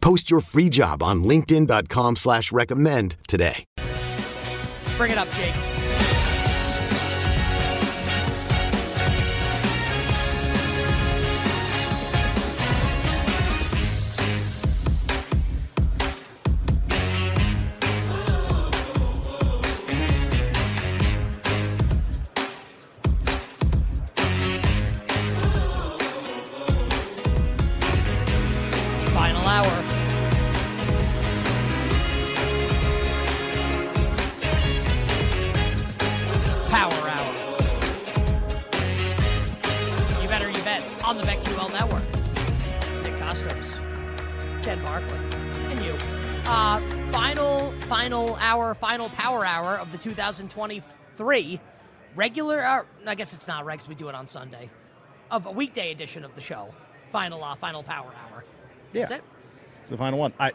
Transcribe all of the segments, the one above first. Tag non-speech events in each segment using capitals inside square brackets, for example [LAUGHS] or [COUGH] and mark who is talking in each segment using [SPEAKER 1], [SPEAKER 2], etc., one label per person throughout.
[SPEAKER 1] Post your free job on linkedin.com slash recommend today.
[SPEAKER 2] Bring it up, Jake. Final hour. Power hour. You better you bet on the BetQL network. Nick Costos, Ken Barkley, and you. Uh, final, final hour, final power hour of the 2023 regular. Uh, I guess it's not right because we do it on Sunday. Of a weekday edition of the show. Final, uh, final power hour.
[SPEAKER 3] Yeah.
[SPEAKER 2] That's it.
[SPEAKER 3] It's the final one. I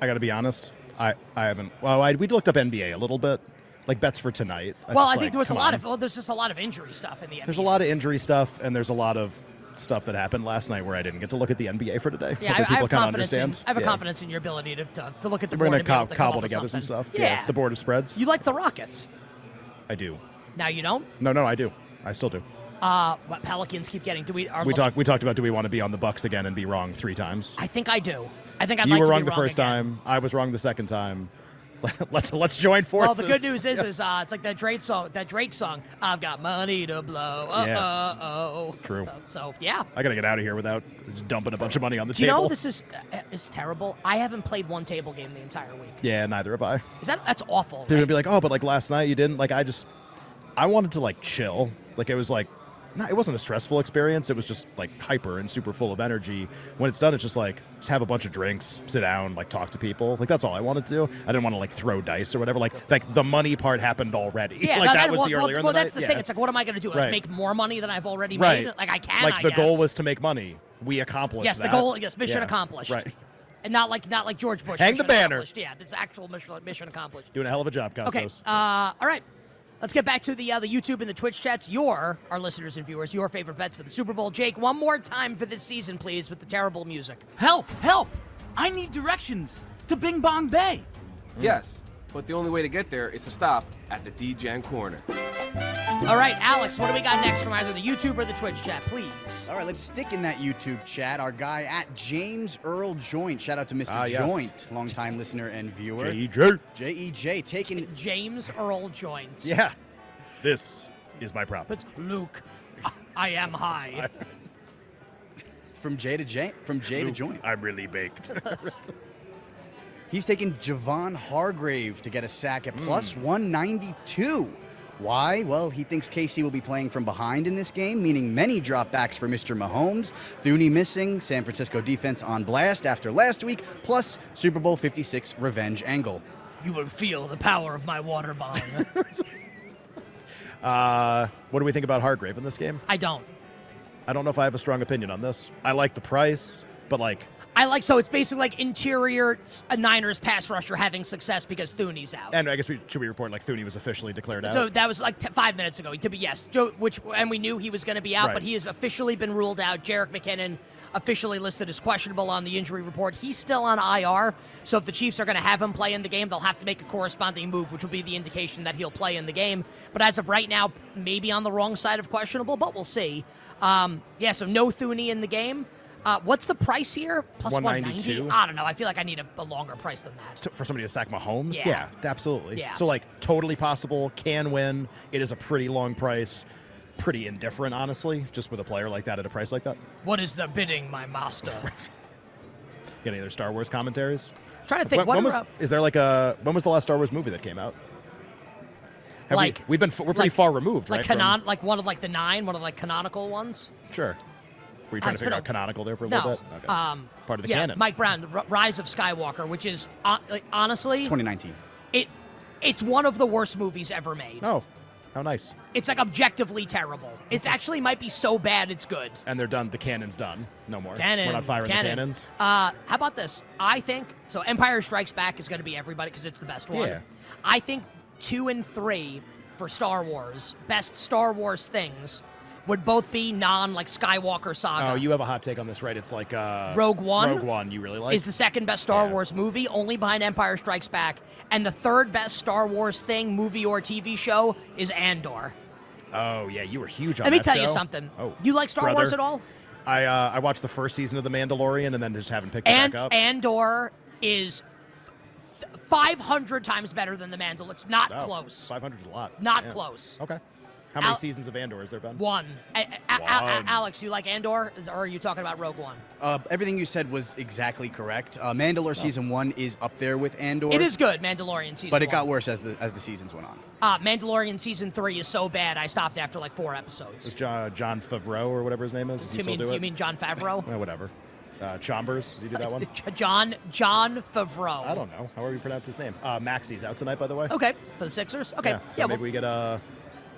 [SPEAKER 3] I gotta be honest. I I haven't. Well, I, we looked up NBA a little bit, like bets for tonight.
[SPEAKER 2] well,
[SPEAKER 3] just
[SPEAKER 2] I think
[SPEAKER 3] like,
[SPEAKER 2] there was a
[SPEAKER 3] come
[SPEAKER 2] lot
[SPEAKER 3] on.
[SPEAKER 2] of well, there's just a lot of injury stuff in the NBA.
[SPEAKER 3] There's a lot of injury stuff, and there's a lot of stuff that happened last night where I didn't get to look at the NBA for today.
[SPEAKER 2] yeah, I, I
[SPEAKER 3] Hopefully people
[SPEAKER 2] have
[SPEAKER 3] kinda
[SPEAKER 2] confidence. In,
[SPEAKER 3] understand.
[SPEAKER 2] I have a
[SPEAKER 3] Yeah.
[SPEAKER 2] confidence in your ability to, to, to look at the
[SPEAKER 3] We're
[SPEAKER 2] board
[SPEAKER 3] gonna
[SPEAKER 2] and be able
[SPEAKER 3] co-
[SPEAKER 2] to come
[SPEAKER 3] cobble
[SPEAKER 2] up with
[SPEAKER 3] together some
[SPEAKER 2] something.
[SPEAKER 3] stuff.
[SPEAKER 2] Yeah.
[SPEAKER 3] the board of spreads.
[SPEAKER 2] You like the Rockets?
[SPEAKER 3] I do.
[SPEAKER 2] Now you don't.
[SPEAKER 3] No, no, I do. I still do.
[SPEAKER 2] Uh, what Pelicans keep getting? Do we? Are
[SPEAKER 3] We talked. We talked about do we want to be on the Bucks again and be wrong three times.
[SPEAKER 2] I think I do. I think I'd
[SPEAKER 3] you
[SPEAKER 2] like
[SPEAKER 3] were
[SPEAKER 2] to be
[SPEAKER 3] wrong the first
[SPEAKER 2] again.
[SPEAKER 3] time. I was wrong the second time. [LAUGHS] let's let's join
[SPEAKER 2] Well,
[SPEAKER 3] forces.
[SPEAKER 2] the
[SPEAKER 3] [LAUGHS]
[SPEAKER 2] good news is, is uh, it's like that Drake song. That Drake song. I've got money to blow. Uh
[SPEAKER 3] Yeah.
[SPEAKER 2] oh.
[SPEAKER 3] True.
[SPEAKER 2] So yeah.
[SPEAKER 3] I gotta get out of here without just dumping a bunch of money on the
[SPEAKER 2] Do you
[SPEAKER 3] table.
[SPEAKER 2] know this is uh, is terrible? I haven't played one table game the entire week.
[SPEAKER 3] yeah, neither have I.
[SPEAKER 2] Is that that's awful?
[SPEAKER 3] People
[SPEAKER 2] right?
[SPEAKER 3] would be like, "Oh, but like last night you didn't." Like I just, I wanted to like chill. Like it was like, nah, it wasn't a stressful experience. It was just like hyper and super full of energy. When it's done, it's just like just have a bunch of drinks, sit down, like talk to people. Like that's all I wanted to do. I didn't want to like throw dice or whatever. Like like the money part happened already.
[SPEAKER 2] Yeah,
[SPEAKER 3] [LAUGHS] like
[SPEAKER 2] no,
[SPEAKER 3] that, was
[SPEAKER 2] well,
[SPEAKER 3] the
[SPEAKER 2] well,
[SPEAKER 3] earlier. in
[SPEAKER 2] well,
[SPEAKER 3] the
[SPEAKER 2] that's
[SPEAKER 3] night.
[SPEAKER 2] the
[SPEAKER 3] Yeah.
[SPEAKER 2] thing. It's like, what am I going to do? Like,
[SPEAKER 3] Right.
[SPEAKER 2] make more money than I've already
[SPEAKER 3] right.
[SPEAKER 2] made? Like, I can.
[SPEAKER 3] Like
[SPEAKER 2] I
[SPEAKER 3] the goal
[SPEAKER 2] guess.
[SPEAKER 3] was to make money. We accomplished.
[SPEAKER 2] Yes, the
[SPEAKER 3] that.
[SPEAKER 2] goal- yes, mission accomplished.
[SPEAKER 3] Right.
[SPEAKER 2] and not like not like George Bush.
[SPEAKER 3] Hang the
[SPEAKER 2] mission
[SPEAKER 3] banner.
[SPEAKER 2] accomplished. Yeah, this actual mission mission accomplished.
[SPEAKER 3] Doing a hell of a job, Costos.
[SPEAKER 2] Okay. Uh, all right. Let's get back to the uh, the YouTube and the Twitch chats. Your our listeners and viewers, your favorite bets for the Super Bowl. Jake, one more time for this season, please, with the terrible music.
[SPEAKER 4] Help! Help! I need directions to Bing Bong Bay.
[SPEAKER 5] Mm. Yes, but the only way to get there is to stop at the D-Gen corner.
[SPEAKER 2] All right, Alex, what do we got next from either the YouTube or the Twitch chat, please?
[SPEAKER 3] Uh,
[SPEAKER 6] All right, let's stick in that YouTube chat. Our guy at James Earl Joint. Shout out to Mr.
[SPEAKER 3] Ah, yes.
[SPEAKER 6] Joint, longtime listener and viewer.
[SPEAKER 3] J.E.J.
[SPEAKER 6] J E J taking
[SPEAKER 2] James Earl
[SPEAKER 3] [LAUGHS]
[SPEAKER 2] joins.
[SPEAKER 3] Yeah. This is my problem.
[SPEAKER 2] But Luke, I am high.
[SPEAKER 6] from J to J from J to Joint.
[SPEAKER 3] I'm really baked.
[SPEAKER 6] He's taking Javon Hargrave to get a sack at plus 192. Why? Well, he thinks KC will be playing from behind in this game, meaning many dropbacks for Mr. Mahomes. Thuney missing, San Francisco defense on blast after last week, plus Super Bowl 56 revenge angle.
[SPEAKER 2] you will feel the power of my water bong.
[SPEAKER 3] [LAUGHS] Uh, what do we think about Hargrave in this game?
[SPEAKER 2] I don't.
[SPEAKER 3] I don't know if I have a strong opinion on this. I like the price, but like,
[SPEAKER 2] I like so it's basically like interior s- a Niners pass rusher having success because Thuney's out.
[SPEAKER 3] and I guess we should we report like Thuney was officially declared out.
[SPEAKER 2] so that was like t- five minutes ago. To be yes, Joe- which and we knew he was going to be out,
[SPEAKER 3] Right.
[SPEAKER 2] but he has officially been ruled out. Jarek McKinnon officially listed as questionable on the injury report. He's still on IR. So if the Chiefs are going to have him play in the game, they'll have to make a corresponding move, which will be the indication that he'll play in the game. But as of right now, maybe on the wrong side of questionable, but we'll see. Um, yeah, so no Thuney in the game. Uh, what's the price here? Plus
[SPEAKER 3] 192?
[SPEAKER 2] 192? I don't know. I feel like I need a, a longer price than that.
[SPEAKER 3] to, for somebody to sack Mahomes?
[SPEAKER 2] Yeah.
[SPEAKER 3] Yeah, absolutely.
[SPEAKER 2] Yeah.
[SPEAKER 3] So like totally possible, can win. It is a pretty long price, pretty indifferent, honestly. Just with a player like that at a price like that.
[SPEAKER 2] What is the bidding, my master?
[SPEAKER 3] Got any other Star Wars commentaries?
[SPEAKER 2] trying to think. what
[SPEAKER 3] was,
[SPEAKER 2] are,
[SPEAKER 3] is there like a when was the last Star Wars movie that came out? Have
[SPEAKER 2] Like-
[SPEAKER 3] we, have been f- we're pretty
[SPEAKER 2] like-
[SPEAKER 3] far removed,
[SPEAKER 2] like
[SPEAKER 3] right? from-
[SPEAKER 2] canon, like one of like the nine, one of like canonical ones.
[SPEAKER 3] sure. Were you
[SPEAKER 2] Ah,
[SPEAKER 3] trying
[SPEAKER 2] it's
[SPEAKER 3] to
[SPEAKER 2] been
[SPEAKER 3] figure
[SPEAKER 2] a-
[SPEAKER 3] out canonical there for a
[SPEAKER 2] No,
[SPEAKER 3] little bit?
[SPEAKER 2] um,
[SPEAKER 3] Part of the
[SPEAKER 2] yeah,
[SPEAKER 3] canon.
[SPEAKER 2] Mike Brown, the R- Rise of Skywalker, which is uh, like, honestly,
[SPEAKER 6] 2019.
[SPEAKER 2] it it's one of the worst movies ever made.
[SPEAKER 3] oh, how nice.
[SPEAKER 2] It's like objectively terrible. It's actually might be so bad it's good.
[SPEAKER 3] And they're done. The cannon's done. No more.
[SPEAKER 2] Cannon,
[SPEAKER 3] We're not firing
[SPEAKER 2] cannon.
[SPEAKER 3] the cannons.
[SPEAKER 2] Uh, how about this? I think so. Empire Strikes Back is going to be everybody because it's the best one.
[SPEAKER 3] Yeah.
[SPEAKER 2] I think two and three for Star Wars, best Star Wars things, would both be non like Skywalker saga.
[SPEAKER 3] Oh, you have a hot take on this, right? It's like uh,
[SPEAKER 2] Rogue One?
[SPEAKER 3] Rogue One, you really like?
[SPEAKER 2] is the second best Star
[SPEAKER 3] Yeah.
[SPEAKER 2] Wars movie, only behind Empire Strikes Back, and the third best Star Wars thing, movie or TV show, is Andor.
[SPEAKER 3] oh yeah, you were huge on.
[SPEAKER 2] Let me
[SPEAKER 3] that
[SPEAKER 2] tell you
[SPEAKER 3] show.
[SPEAKER 2] something.
[SPEAKER 3] Oh,
[SPEAKER 2] You like Star Wars
[SPEAKER 3] brother.
[SPEAKER 2] at all?
[SPEAKER 3] I uh, I watched the first season of The Mandalorian and then just haven't picked it
[SPEAKER 2] And
[SPEAKER 3] back up.
[SPEAKER 2] Andor is f- 500 times better than the Mandal. It's not
[SPEAKER 3] Wow,
[SPEAKER 2] close.
[SPEAKER 3] 500 is Oh, a lot.
[SPEAKER 2] Not
[SPEAKER 3] Yeah.
[SPEAKER 2] close.
[SPEAKER 3] Okay. How many
[SPEAKER 2] Al-
[SPEAKER 3] seasons of Andor has there been?
[SPEAKER 2] One. A- a- a- a-
[SPEAKER 3] One.
[SPEAKER 2] Alex, you like Andor, Is- or are you talking about Rogue One?
[SPEAKER 6] Uh, everything you said was exactly correct. Uh, Mandalore season one is up there with Andor.
[SPEAKER 2] Oh. It is good, Mandalorian season.
[SPEAKER 6] but it got
[SPEAKER 2] one.
[SPEAKER 6] worse as the as the seasons went on.
[SPEAKER 2] Uh, Mandalorian season three is so bad. I stopped after like four episodes.
[SPEAKER 3] Is John, John Favreau or whatever his name is? Does he
[SPEAKER 2] You
[SPEAKER 3] still
[SPEAKER 2] mean
[SPEAKER 3] do it?
[SPEAKER 2] you mean John
[SPEAKER 3] [LAUGHS]
[SPEAKER 2] Favreau?
[SPEAKER 3] Eh, whatever. Uh, Chombers, does he do that one?
[SPEAKER 2] John John Favreau.
[SPEAKER 3] I don't know. However you pronounce his name. Uh, Maxie's out tonight, by the way.
[SPEAKER 2] Okay, for the Sixers. Okay,
[SPEAKER 3] Yeah, so maybe
[SPEAKER 2] well,
[SPEAKER 3] we get a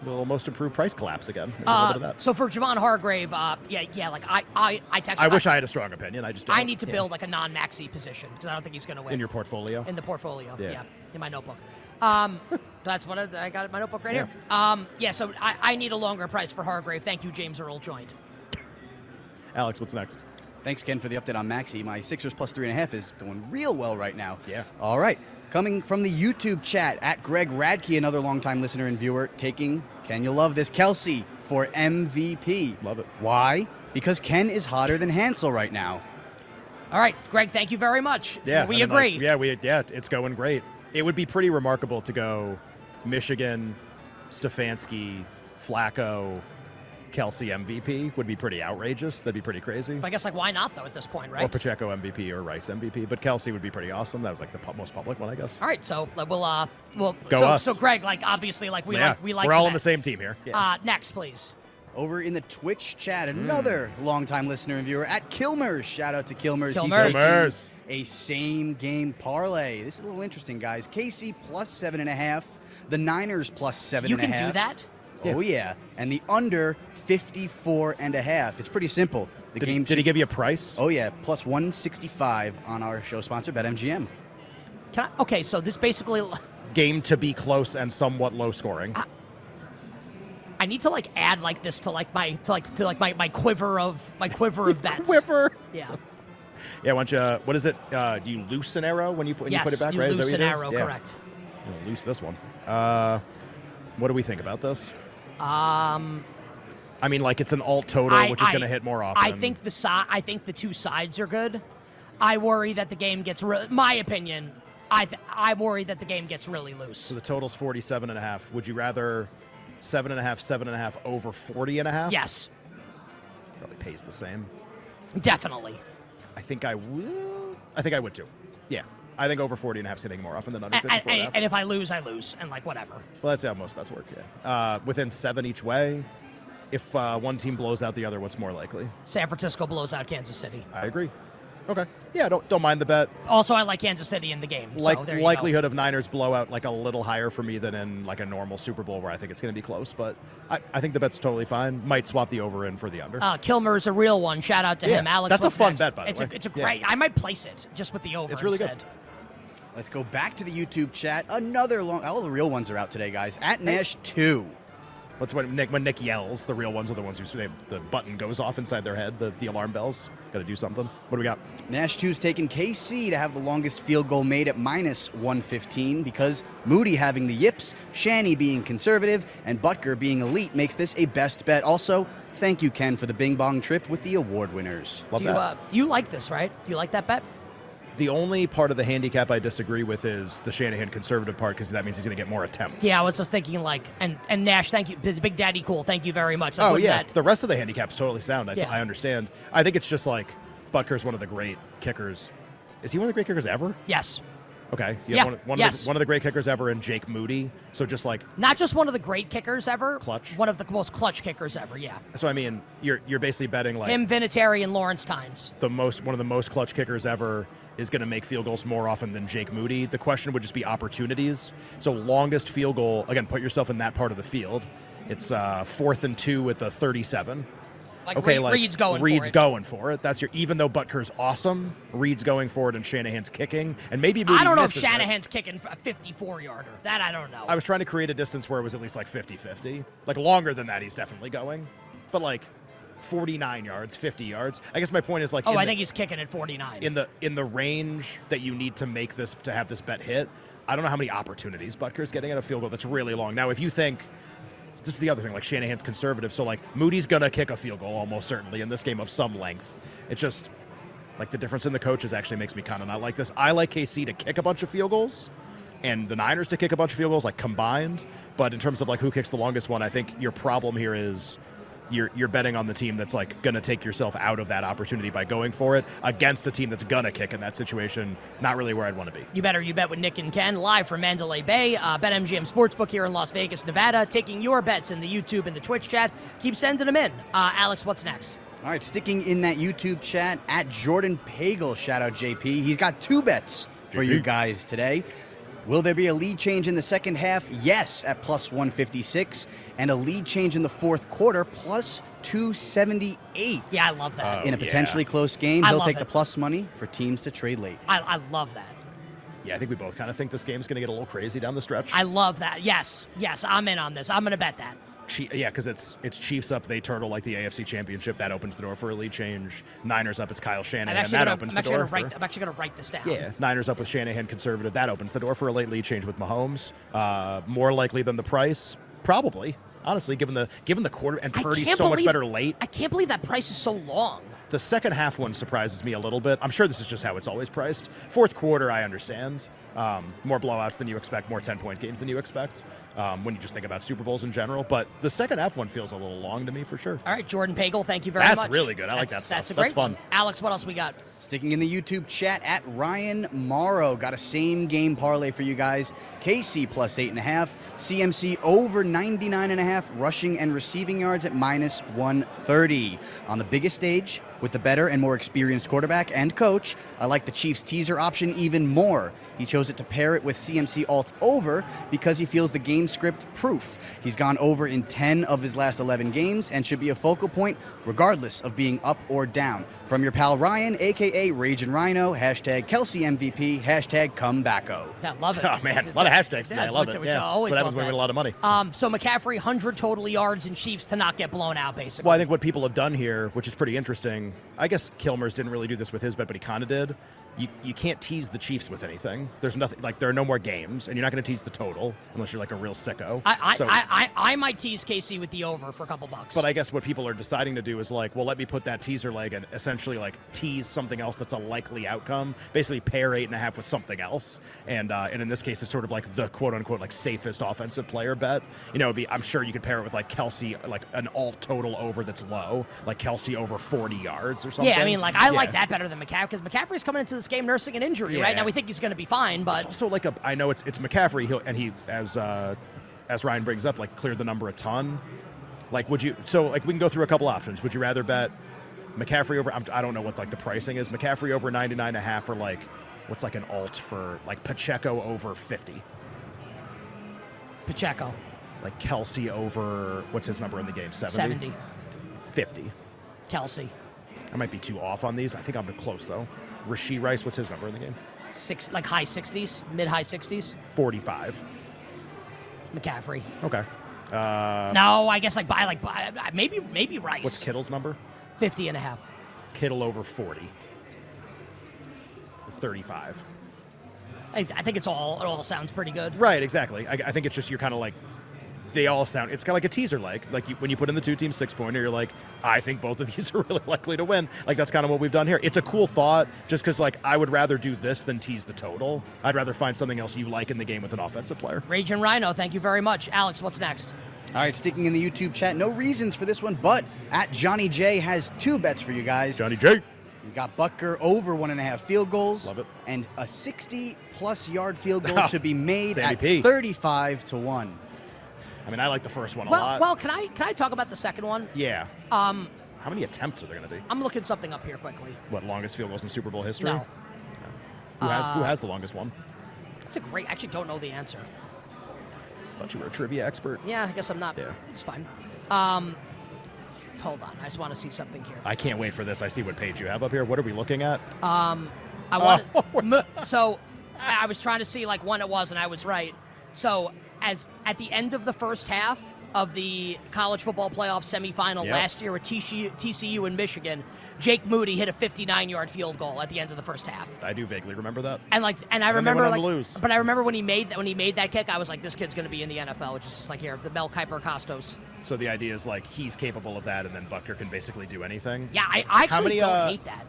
[SPEAKER 3] little most improved price collapse again. Maybe a
[SPEAKER 2] uh,
[SPEAKER 3] little bit of that.
[SPEAKER 2] so for Javon Hargrave, uh, yeah, yeah, like I, I, I text.
[SPEAKER 3] I wish I had a strong opinion. I just don't.
[SPEAKER 2] I need to
[SPEAKER 3] Yeah.
[SPEAKER 2] build like a non-maxi position because I don't think he's going to win
[SPEAKER 3] in your portfolio.
[SPEAKER 2] in the portfolio. Yeah,
[SPEAKER 3] Yeah.
[SPEAKER 2] in my notebook. Um, [LAUGHS] that's what I, I got in my notebook right
[SPEAKER 3] Yeah.
[SPEAKER 2] here. Um, yeah, so I, I need a longer price for Hargrave. Thank you, James Earl Joint.
[SPEAKER 3] Alex, what's next?
[SPEAKER 6] Thanks, Ken, for the update on Maxi. My Sixers plus three and a half is going real well right now.
[SPEAKER 3] Yeah.
[SPEAKER 6] All right. Coming from the YouTube chat at Greg Radke, another longtime listener and viewer, taking Ken, you'll love this, Kelsey for MVP.
[SPEAKER 3] Love it.
[SPEAKER 6] Why? Because Ken is hotter than Hansel right now.
[SPEAKER 2] All right, Greg, thank you very much.
[SPEAKER 3] Yeah,
[SPEAKER 2] we
[SPEAKER 3] I mean, like,
[SPEAKER 2] agree.
[SPEAKER 3] yeah, we yeah, it's going great. It would be pretty remarkable to go Michigan, Stefanski, Flacco, Kelsey MVP would be pretty outrageous. That'd be pretty crazy.
[SPEAKER 2] But I guess like why not though at this point, right?
[SPEAKER 3] Or Pacheco MVP or Rice MVP, but Kelsey would be pretty awesome. That was like the pu- most public one, I guess.
[SPEAKER 2] All right, so like, we'll uh, we'll
[SPEAKER 3] Go
[SPEAKER 2] so,
[SPEAKER 3] us.
[SPEAKER 2] so Greg, like obviously, like we
[SPEAKER 3] yeah,
[SPEAKER 2] like we like
[SPEAKER 3] we're all
[SPEAKER 2] that.
[SPEAKER 3] on the same team here. Yeah.
[SPEAKER 2] Uh, next, please.
[SPEAKER 6] Over in the Twitch chat, another
[SPEAKER 2] Hmm.
[SPEAKER 6] longtime listener and viewer at Kilmer's. Shout out to Kilmer's. He's
[SPEAKER 2] Kilmer's.
[SPEAKER 6] taking
[SPEAKER 3] Kilmer's.
[SPEAKER 6] A same game parlay. This is a little interesting, guys. KC plus seven and a half. The Niners plus seven
[SPEAKER 2] You
[SPEAKER 6] and a
[SPEAKER 2] can do
[SPEAKER 6] half.
[SPEAKER 2] that?
[SPEAKER 6] Oh, yeah. And the under 54 and a half. It's pretty simple. The
[SPEAKER 3] did, he-
[SPEAKER 6] game
[SPEAKER 3] did he
[SPEAKER 6] should-
[SPEAKER 3] give you a price?
[SPEAKER 6] Oh, yeah. Plus 165 on our show sponsor, BetMGM.
[SPEAKER 2] Can I? Okay, so this basically,
[SPEAKER 3] Game to be close and somewhat low scoring.
[SPEAKER 2] Uh, I need to like add like this to like my to like to like my, my quiver of my quiver
[SPEAKER 3] [LAUGHS]
[SPEAKER 2] of bets.
[SPEAKER 3] Quiver.
[SPEAKER 2] Yeah.
[SPEAKER 3] Yeah, why don't you, what is it? Uh, do you loose an arrow when you put, when
[SPEAKER 2] yes.
[SPEAKER 3] you put it back,
[SPEAKER 2] you
[SPEAKER 3] right? Is that
[SPEAKER 2] lose
[SPEAKER 3] what
[SPEAKER 2] an
[SPEAKER 3] do?
[SPEAKER 2] arrow.
[SPEAKER 3] Yeah.
[SPEAKER 2] Correct.
[SPEAKER 3] I'm gonna lose this one. Uh, what do we think about this?
[SPEAKER 2] Um,
[SPEAKER 3] I mean, like it's an alt total,
[SPEAKER 2] I,
[SPEAKER 3] which is
[SPEAKER 2] I-
[SPEAKER 3] going to hit more often.
[SPEAKER 2] I think the si- I think the two sides are good. I worry that the game gets. Re- my opinion. I th- I worry that the game gets really loose.
[SPEAKER 3] so. The total's 47 and a half. Would you rather seven and a half, seven and a half over 40 and a half?
[SPEAKER 2] Yes,
[SPEAKER 3] Probably pays the same.
[SPEAKER 2] definitely.
[SPEAKER 3] I think I will. I think I would too. Yeah. I think over 40 and a half is hitting more often than under
[SPEAKER 2] And,
[SPEAKER 3] 54 and a half.
[SPEAKER 2] and if I lose, I lose, and like whatever.
[SPEAKER 3] well, that's how most bets work. Yeah. Uh, within seven each way. If uh, one team blows out the other, what's more likely?
[SPEAKER 2] San Francisco blows out Kansas City.
[SPEAKER 3] I agree. Okay. Yeah. Don't don't mind the bet.
[SPEAKER 2] Also, I like Kansas City in the game. so
[SPEAKER 3] like
[SPEAKER 2] there you go.
[SPEAKER 3] likelihood of Niners blowout like a little higher for me than in like a normal Super Bowl where I think it's going to be close. But I, I think the bet's totally fine. Might swap the over in for the under.
[SPEAKER 2] Uh, Kilmer is a real one. Shout out to
[SPEAKER 3] Yeah,
[SPEAKER 2] him, Alex.
[SPEAKER 3] that's a
[SPEAKER 2] what's
[SPEAKER 3] fun
[SPEAKER 2] next?
[SPEAKER 3] bet, by the
[SPEAKER 2] it's
[SPEAKER 3] way.
[SPEAKER 2] A, it's a
[SPEAKER 3] Yeah.
[SPEAKER 2] great. I might place it just with the over.
[SPEAKER 3] It's really good.
[SPEAKER 2] instead.
[SPEAKER 6] Let's go back to the YouTube chat. Another long. All the real ones are out today, guys. At Nash2.
[SPEAKER 3] That's when Nick, when Nick yells. The real ones are the ones who they, the button goes off inside their head. The, the alarm bells. Got to do something. What do we got?
[SPEAKER 6] Nash 2's taking KC to have the longest field goal made at minus 115 because Moody having the yips, Shanny being conservative, and Butker being elite makes this a best bet. Also, thank you, Ken, for the bing bong trip with the award winners.
[SPEAKER 3] Love
[SPEAKER 2] Do you,
[SPEAKER 3] that.
[SPEAKER 2] uh, you like this, right? You like that bet?
[SPEAKER 3] the only part of the handicap I disagree with is the Shanahan conservative part because that means he's going to get more attempts.
[SPEAKER 2] Yeah, I was just thinking like, and and Nash, thank you, the Big Daddy, cool, thank you very much. Like,
[SPEAKER 3] Oh
[SPEAKER 2] wouldn't
[SPEAKER 3] yeah,
[SPEAKER 2] that-
[SPEAKER 3] the rest of the handicap's totally sound. I,
[SPEAKER 2] Yeah.
[SPEAKER 3] I understand. I think it's just like Butker's one of the great kickers. Is he one of the great kickers ever?
[SPEAKER 2] yes,
[SPEAKER 3] Okay,
[SPEAKER 2] Yeah,
[SPEAKER 3] One, one of
[SPEAKER 2] yes.
[SPEAKER 3] the, one of the great kickers ever, and Jake Moody. So just like
[SPEAKER 2] not just one of the great kickers ever,
[SPEAKER 3] Clutch.
[SPEAKER 2] one of the most clutch kickers ever. Yeah,
[SPEAKER 3] so, I mean, you're you're basically betting like
[SPEAKER 2] him, Vinatieri, and Lawrence Tynes.
[SPEAKER 3] the most one of the most clutch kickers ever is going to make field goals more often than Jake Moody. The question would just be opportunities. So longest field goal again. Put yourself in that part of the field. It's uh, fourth and two with the 37.
[SPEAKER 2] Like,
[SPEAKER 3] okay,
[SPEAKER 2] Reed-
[SPEAKER 3] like
[SPEAKER 2] Reed's going.
[SPEAKER 3] Reed's
[SPEAKER 2] for it.
[SPEAKER 3] going for it. That's your even though Butker's awesome, Reed's going for it and Shanahan's kicking, and maybe Moody
[SPEAKER 2] I don't know if
[SPEAKER 3] misses it.
[SPEAKER 2] Shanahan's kicking a 54 yarder. That I don't know.
[SPEAKER 3] I was trying to create a distance where it was at least like 50-50. Like longer than that, he's definitely going, but like 49 yards, 50 yards. I guess my point is like,
[SPEAKER 2] oh,
[SPEAKER 3] in
[SPEAKER 2] I
[SPEAKER 3] the-
[SPEAKER 2] think he's kicking at 49.
[SPEAKER 3] in the in the range that you need to make this to have this bet hit. I don't know how many opportunities Butker's getting at a field goal that's really long. Now, if you think this is the other thing, like Shanahan's conservative, so like Moody's gonna kick a field goal almost certainly in this game of some length. It's just like the difference in the coaches actually makes me kind of not like this. I like KC to kick a bunch of field goals and the Niners to kick a bunch of field goals like combined, but in terms of like who kicks the longest one, I think your problem here is you're you're betting on the team that's like going to take yourself out of that opportunity by going for it against a team that's going to kick in that situation. Not really where I'd want to be.
[SPEAKER 2] You better you bet with Nick and Ken live from Mandalay Bay, uh, BetMGM Sportsbook here in Las Vegas, Nevada, taking your bets in the YouTube and the Twitch chat. Keep sending them in. Uh, Alex, what's next?
[SPEAKER 6] All right, sticking in that YouTube chat at Jordan Pagel, shout out JP. He's got two bets for you guys today. Will there be a lead change in the second half? Yes, at plus 156, and a lead change in the fourth quarter, plus 278.
[SPEAKER 2] Yeah, I love that.
[SPEAKER 3] Uh,
[SPEAKER 6] in a potentially close game,
[SPEAKER 2] I
[SPEAKER 6] he'll
[SPEAKER 2] love
[SPEAKER 6] take
[SPEAKER 2] it.
[SPEAKER 6] the plus money for teams to trade late.
[SPEAKER 2] I, I love that.
[SPEAKER 3] Yeah, I think we both kind of think this game's going to get a little crazy down the stretch.
[SPEAKER 2] I love that. Yes, yes, I'm in on this. I'm gonna bet that.
[SPEAKER 3] Chi- yeah, because it's it's Chiefs up, they turtle like the AFC Championship. That opens the door for a lead change. Niners up, it's Kyle
[SPEAKER 2] I'm
[SPEAKER 3] Shanahan.
[SPEAKER 2] actually
[SPEAKER 3] that
[SPEAKER 2] gonna,
[SPEAKER 3] opens
[SPEAKER 2] I'm
[SPEAKER 3] the
[SPEAKER 2] actually
[SPEAKER 3] door.
[SPEAKER 2] gonna write.
[SPEAKER 3] for-
[SPEAKER 2] I'm actually gonna write this down.
[SPEAKER 3] Yeah, Niners up with Shanahan conservative. That opens the door for a late lead change with Mahomes. Uh, more likely than the price, probably. Honestly, given the given the quarter and
[SPEAKER 2] I
[SPEAKER 3] Purdy's
[SPEAKER 2] can't
[SPEAKER 3] so much
[SPEAKER 2] believe-
[SPEAKER 3] better late.
[SPEAKER 2] I can't believe that price is so long.
[SPEAKER 3] The second half one surprises me a little bit. I'm sure this is just how it's always priced. Fourth quarter, I understand. Um, more blowouts than you expect, more 10 point games than you expect um, when you just think about Super Bowls in general. But the second half one feels a little long to me for sure.
[SPEAKER 2] All right, Jordan Pagel, thank you very
[SPEAKER 3] That's
[SPEAKER 2] much.
[SPEAKER 3] really good. I like
[SPEAKER 2] That's-
[SPEAKER 3] that stuff.
[SPEAKER 2] That's a
[SPEAKER 3] That's
[SPEAKER 2] great one.
[SPEAKER 3] fun.
[SPEAKER 2] Alex, what else we got?
[SPEAKER 6] Sticking in the YouTube chat at Ryan Morrow. Got a same game parlay for you guys. KC plus 8.5, CMC over 99.5, rushing and receiving yards at minus 130. On the biggest stage, with the better and more experienced quarterback and coach, I like the Chiefs teaser option even more. He chose it to pair it with CMC alt over because he feels the game script proof. He's gone over in 10 of his last 11 games and should be a focal point regardless of being up or down. From your pal Ryan, aka Rage and Rhino, hashtag Kelsey MVP, hashtag comebacko.
[SPEAKER 2] I love it.
[SPEAKER 3] Oh, man.
[SPEAKER 2] It's-
[SPEAKER 3] A lot of hashtags today. I
[SPEAKER 2] that's
[SPEAKER 3] love
[SPEAKER 2] what-
[SPEAKER 3] it.
[SPEAKER 2] which
[SPEAKER 3] Yeah. That's
[SPEAKER 2] always
[SPEAKER 3] what
[SPEAKER 2] love
[SPEAKER 3] happens when
[SPEAKER 2] that.
[SPEAKER 3] we win a lot of money.
[SPEAKER 2] Um, so McCaffrey, 100 total yards in Chiefs to not get blown out, basically.
[SPEAKER 3] Well, I think what people have done here, which is pretty interesting, I guess Kilmer's didn't really do this with his bet, but he kind of did. You, you can't tease the Chiefs with anything. There's nothing like there are no more games, and you're not going to tease the total unless you're like a real sicko.
[SPEAKER 2] I, I,
[SPEAKER 3] So-
[SPEAKER 2] I, I, I might tease KC with the over for a couple bucks.
[SPEAKER 3] But I guess what people are deciding to do is like, well, let me put that teaser leg and essentially like tease something else that's a likely outcome. Basically, pair eight and a half with something else, and uh, and in this case, it's sort of like the quote unquote like safest offensive player bet. You know, it'd be I'm sure you could pair it with like Kelsey, like an alt total over that's low, like Kelsey over 40 yards or something.
[SPEAKER 2] yeah, I mean, like I like
[SPEAKER 3] Yeah.
[SPEAKER 2] that better than McCaffrey because McCaffrey's coming into this game nursing an injury right
[SPEAKER 3] Yeah.
[SPEAKER 2] now. We think he's going to be fine,
[SPEAKER 3] It's
[SPEAKER 2] but
[SPEAKER 3] also like a I know it's it's McCaffrey he'll, and he as uh, as Ryan brings up like cleared the number a ton. Like would you so like we can go through a couple options. Would you rather bet McCaffrey over I'm, I don't know what like the pricing is. McCaffrey over 99 and a half or like what's like an alt for like Pacheco over 50.
[SPEAKER 2] Pacheco
[SPEAKER 3] Like Kelsey over what's his number in the game 70?
[SPEAKER 2] 70,
[SPEAKER 3] 50.
[SPEAKER 2] Kelsey
[SPEAKER 3] I might be too off on these. I think I'm close though. Rasheed Rice what's his number in the game?
[SPEAKER 2] six like high 60s, mid high 60s,
[SPEAKER 3] 45.
[SPEAKER 2] McCaffrey.
[SPEAKER 3] Okay. Uh,
[SPEAKER 2] No, I guess like buy like buy, maybe maybe Rice.
[SPEAKER 3] what's Kittle's number?
[SPEAKER 2] 50 and a half.
[SPEAKER 3] Kittle over 40. Or 35.
[SPEAKER 2] I, I think it's all it all sounds pretty good.
[SPEAKER 3] Right, exactly. I, I think it's just you're kind of like, they all sound, it's kind of like a teaser like. Like you, when you put in the two team six pointer, you're like, I think both of [LAUGHS] these are really likely to win. Like that's kind of what we've done here. It's a cool thought just because, like, I would rather do this than tease the total. I'd rather find something else you like in the game with an offensive player.
[SPEAKER 2] Rage and Rhino, thank you very much. Alex, what's next?
[SPEAKER 6] All right, sticking in the YouTube chat, no reasons for this one, but at Johnny J has two bets for you guys.
[SPEAKER 3] Johnny J.
[SPEAKER 6] You got Butker over one and a half field goals.
[SPEAKER 3] Love it.
[SPEAKER 6] And a 60 plus yard field
[SPEAKER 3] [LAUGHS]
[SPEAKER 6] goal should be made
[SPEAKER 3] Sammy
[SPEAKER 6] at
[SPEAKER 3] P.
[SPEAKER 6] 35 to 1.
[SPEAKER 3] I mean, I like the first one a
[SPEAKER 2] Well,
[SPEAKER 3] lot.
[SPEAKER 2] well, can I can I talk about the second one?
[SPEAKER 3] yeah.
[SPEAKER 2] Um,
[SPEAKER 3] How many attempts are there going to be?
[SPEAKER 2] I'm looking something up here quickly.
[SPEAKER 3] What, longest field goals in Super Bowl history?
[SPEAKER 2] No, uh,
[SPEAKER 3] Who, has, who has the longest one?
[SPEAKER 2] it's a great. I actually don't know the answer.
[SPEAKER 3] thought you were a trivia expert.
[SPEAKER 2] Yeah, I guess I'm not.
[SPEAKER 3] Yeah.
[SPEAKER 2] It's fine. Um, just hold on. I just want to see something here.
[SPEAKER 3] I can't wait for this. I see what page you have up here. What are we looking at?
[SPEAKER 2] I [LAUGHS] want. so I I was trying to see like when it was, and I was right. So as at the end of the first half of the college football playoff semifinal
[SPEAKER 3] Yep.
[SPEAKER 2] last year with TCU, TCU in Michigan, Jake Moody hit a 59-yard field goal at the end of the first half.
[SPEAKER 3] I do vaguely remember that.
[SPEAKER 2] And like, and I
[SPEAKER 3] And they went
[SPEAKER 2] remember
[SPEAKER 3] on
[SPEAKER 2] like,
[SPEAKER 3] to lose.
[SPEAKER 2] but I remember when he made that when he made that kick, I was like, this kid's going to be in the NFL, which is just like here, the Mel Kiper Costos.
[SPEAKER 3] So the idea is like he's capable of that, and then Butker can basically do anything.
[SPEAKER 2] Yeah, I, I
[SPEAKER 3] How
[SPEAKER 2] actually
[SPEAKER 3] many,
[SPEAKER 2] don't
[SPEAKER 3] uh,
[SPEAKER 2] hate that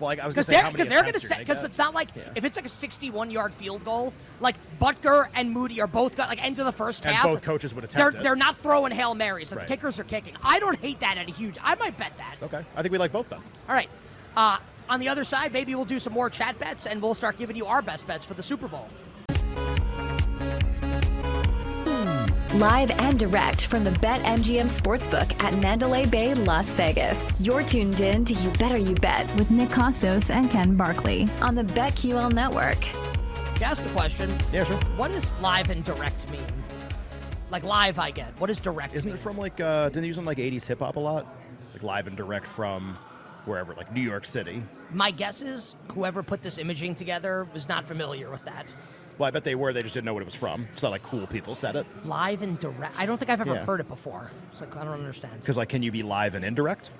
[SPEAKER 3] Well, like, I was
[SPEAKER 2] because
[SPEAKER 3] because say
[SPEAKER 2] they're
[SPEAKER 3] how many
[SPEAKER 2] because they're going to
[SPEAKER 3] attempts
[SPEAKER 2] set
[SPEAKER 3] you're
[SPEAKER 2] because
[SPEAKER 3] get.
[SPEAKER 2] it's not like
[SPEAKER 3] Yeah.
[SPEAKER 2] if it's like a 61-yard field goal, like Butker and Moody are both got like end of the first
[SPEAKER 3] And
[SPEAKER 2] half.
[SPEAKER 3] both coaches would
[SPEAKER 2] They're
[SPEAKER 3] attempt it.
[SPEAKER 2] they're not throwing hail marys. Like
[SPEAKER 3] Right.
[SPEAKER 2] the kickers are kicking. I don't hate that at a huge. I might bet that.
[SPEAKER 3] okay. I think we like both then.
[SPEAKER 2] All right. Uh, on the other side, maybe we'll do some more chat bets and we'll start giving you our best bets for the Super Bowl.
[SPEAKER 7] Live and direct from the BetMGM Sportsbook at Mandalay Bay, Las Vegas. You're tuned in to You Better You Bet
[SPEAKER 8] with Nick Costos and Ken Barkley.
[SPEAKER 7] on the BetQL network.
[SPEAKER 2] Can I ask a question.
[SPEAKER 3] Yeah, sure.
[SPEAKER 2] What does live and direct mean? Like live, I get. What does direct
[SPEAKER 3] Isn't
[SPEAKER 2] mean?
[SPEAKER 3] it from like uh didn't they use them like '80s hip hop a lot? It's like live and direct from wherever, like New York City.
[SPEAKER 2] My guess is whoever put this imaging together was not familiar with that.
[SPEAKER 3] Well, I bet they were. They just didn't know what it was from. It's not like cool people said it.
[SPEAKER 2] Live and direct. I don't think I've ever
[SPEAKER 3] Yeah.
[SPEAKER 2] heard it before. It's like I don't understand.
[SPEAKER 3] Because like, can you be live and indirect?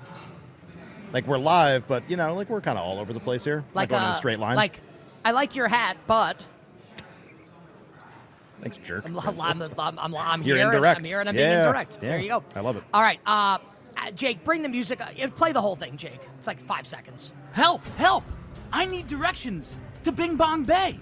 [SPEAKER 3] Like we're live, but you know, like we're kind of all over the place here. Like, going in a
[SPEAKER 2] uh,
[SPEAKER 3] straight line.
[SPEAKER 2] Like I like your hat, but
[SPEAKER 3] thanks, jerk.
[SPEAKER 2] I'm, I'm, I'm, I'm, I'm,
[SPEAKER 3] You're
[SPEAKER 2] here. and- I'm
[SPEAKER 3] indirect.
[SPEAKER 2] here and I'm being
[SPEAKER 3] Yeah,
[SPEAKER 2] indirect. There
[SPEAKER 3] yeah.
[SPEAKER 2] you go.
[SPEAKER 3] I love it.
[SPEAKER 2] All right, uh, uh, Jake, bring the music. Uh, yeah, play the whole thing, Jake. It's like five seconds.
[SPEAKER 4] Help! Help! I need directions to Bing Bong Bay.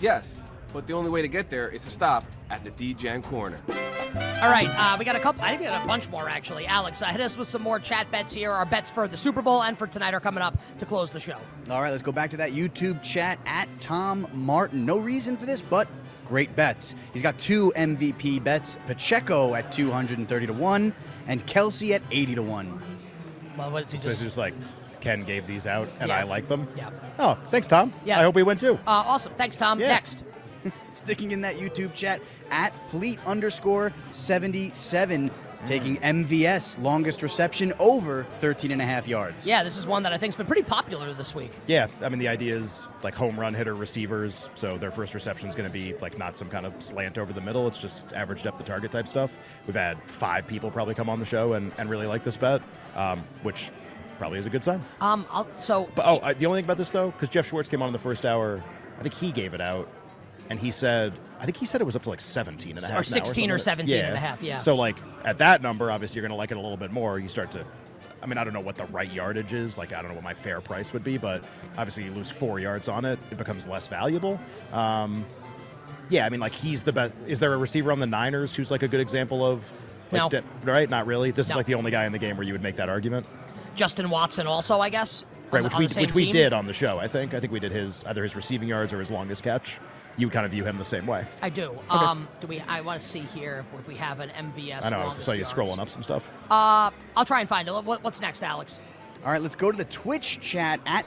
[SPEAKER 5] Yes, but the only way to get there is to stop at the D-Jan corner.
[SPEAKER 2] All right, uh, we got a couple. I think we got a bunch more actually. Alex, uh, hit us with some more chat bets here. Our bets for the Super Bowl and for tonight are coming up to close the show.
[SPEAKER 6] All right, let's go back to that YouTube chat at Tom Martin. No reason for this, but great bets. He's got two MVP bets Pacheco at 230 to 1 and Kelsey at 80 to 1.
[SPEAKER 2] Well, what is he
[SPEAKER 3] So it's
[SPEAKER 2] just?
[SPEAKER 3] just like Ken gave these out, and
[SPEAKER 2] Yeah.
[SPEAKER 3] I like them.
[SPEAKER 2] Yeah.
[SPEAKER 3] Oh, thanks, Tom.
[SPEAKER 2] Yeah.
[SPEAKER 3] I hope we win too.
[SPEAKER 2] Uh, awesome. Thanks, Tom.
[SPEAKER 3] Yeah.
[SPEAKER 2] Next.
[SPEAKER 6] Sticking in that YouTube chat at Fleet underscore 77,
[SPEAKER 3] Mm.
[SPEAKER 6] taking MVS longest reception over 13 and a half yards.
[SPEAKER 2] Yeah, this is one that I think's been pretty popular this week.
[SPEAKER 3] Yeah, I mean the idea is like home run hitter receivers, so their first reception is going to be like not some kind of slant over the middle. It's just average depth of target type stuff. We've had five people probably come on the show and, and really like this bet, um, which probably is a good sign.
[SPEAKER 2] Um, I'll, so
[SPEAKER 3] But oh, I, the only thing about this though, because Jeff Schwartz came on in the first hour, I think he gave it out, and he said, I think he said it was up to like 17 and a half
[SPEAKER 2] Or 16 or
[SPEAKER 3] something like that.
[SPEAKER 2] 17 and a half, yeah.
[SPEAKER 3] So like at that number, obviously you're going to like it a little bit more. You start to, I mean, I don't know what the right yardage is. Like I don't know what my fair price would be, but obviously you lose four yards on it, it becomes less valuable. Um, yeah, I mean, like he's the best. Is there a receiver on the Niners who's like a good example of? Like
[SPEAKER 2] No.
[SPEAKER 3] de- right? Not really. This is
[SPEAKER 2] No.
[SPEAKER 3] like the only guy in the game where you would make that argument.
[SPEAKER 2] Justin Watson also, I guess.
[SPEAKER 3] Right,
[SPEAKER 2] on the-
[SPEAKER 3] which
[SPEAKER 2] on
[SPEAKER 3] we
[SPEAKER 2] the same
[SPEAKER 3] which we
[SPEAKER 2] team.
[SPEAKER 3] did on the show. I think I think we did his either his receiving yards or his longest catch. You kind of view him the same way.
[SPEAKER 2] I do. Um, do we? I want to see here if we have an MVS.
[SPEAKER 3] I know. I
[SPEAKER 2] longest
[SPEAKER 3] saw you
[SPEAKER 2] yards.
[SPEAKER 3] scrolling up some stuff.
[SPEAKER 2] Uh, I'll try and find it. What, what's next, Alex?
[SPEAKER 6] All right, let's go to the Twitch chat at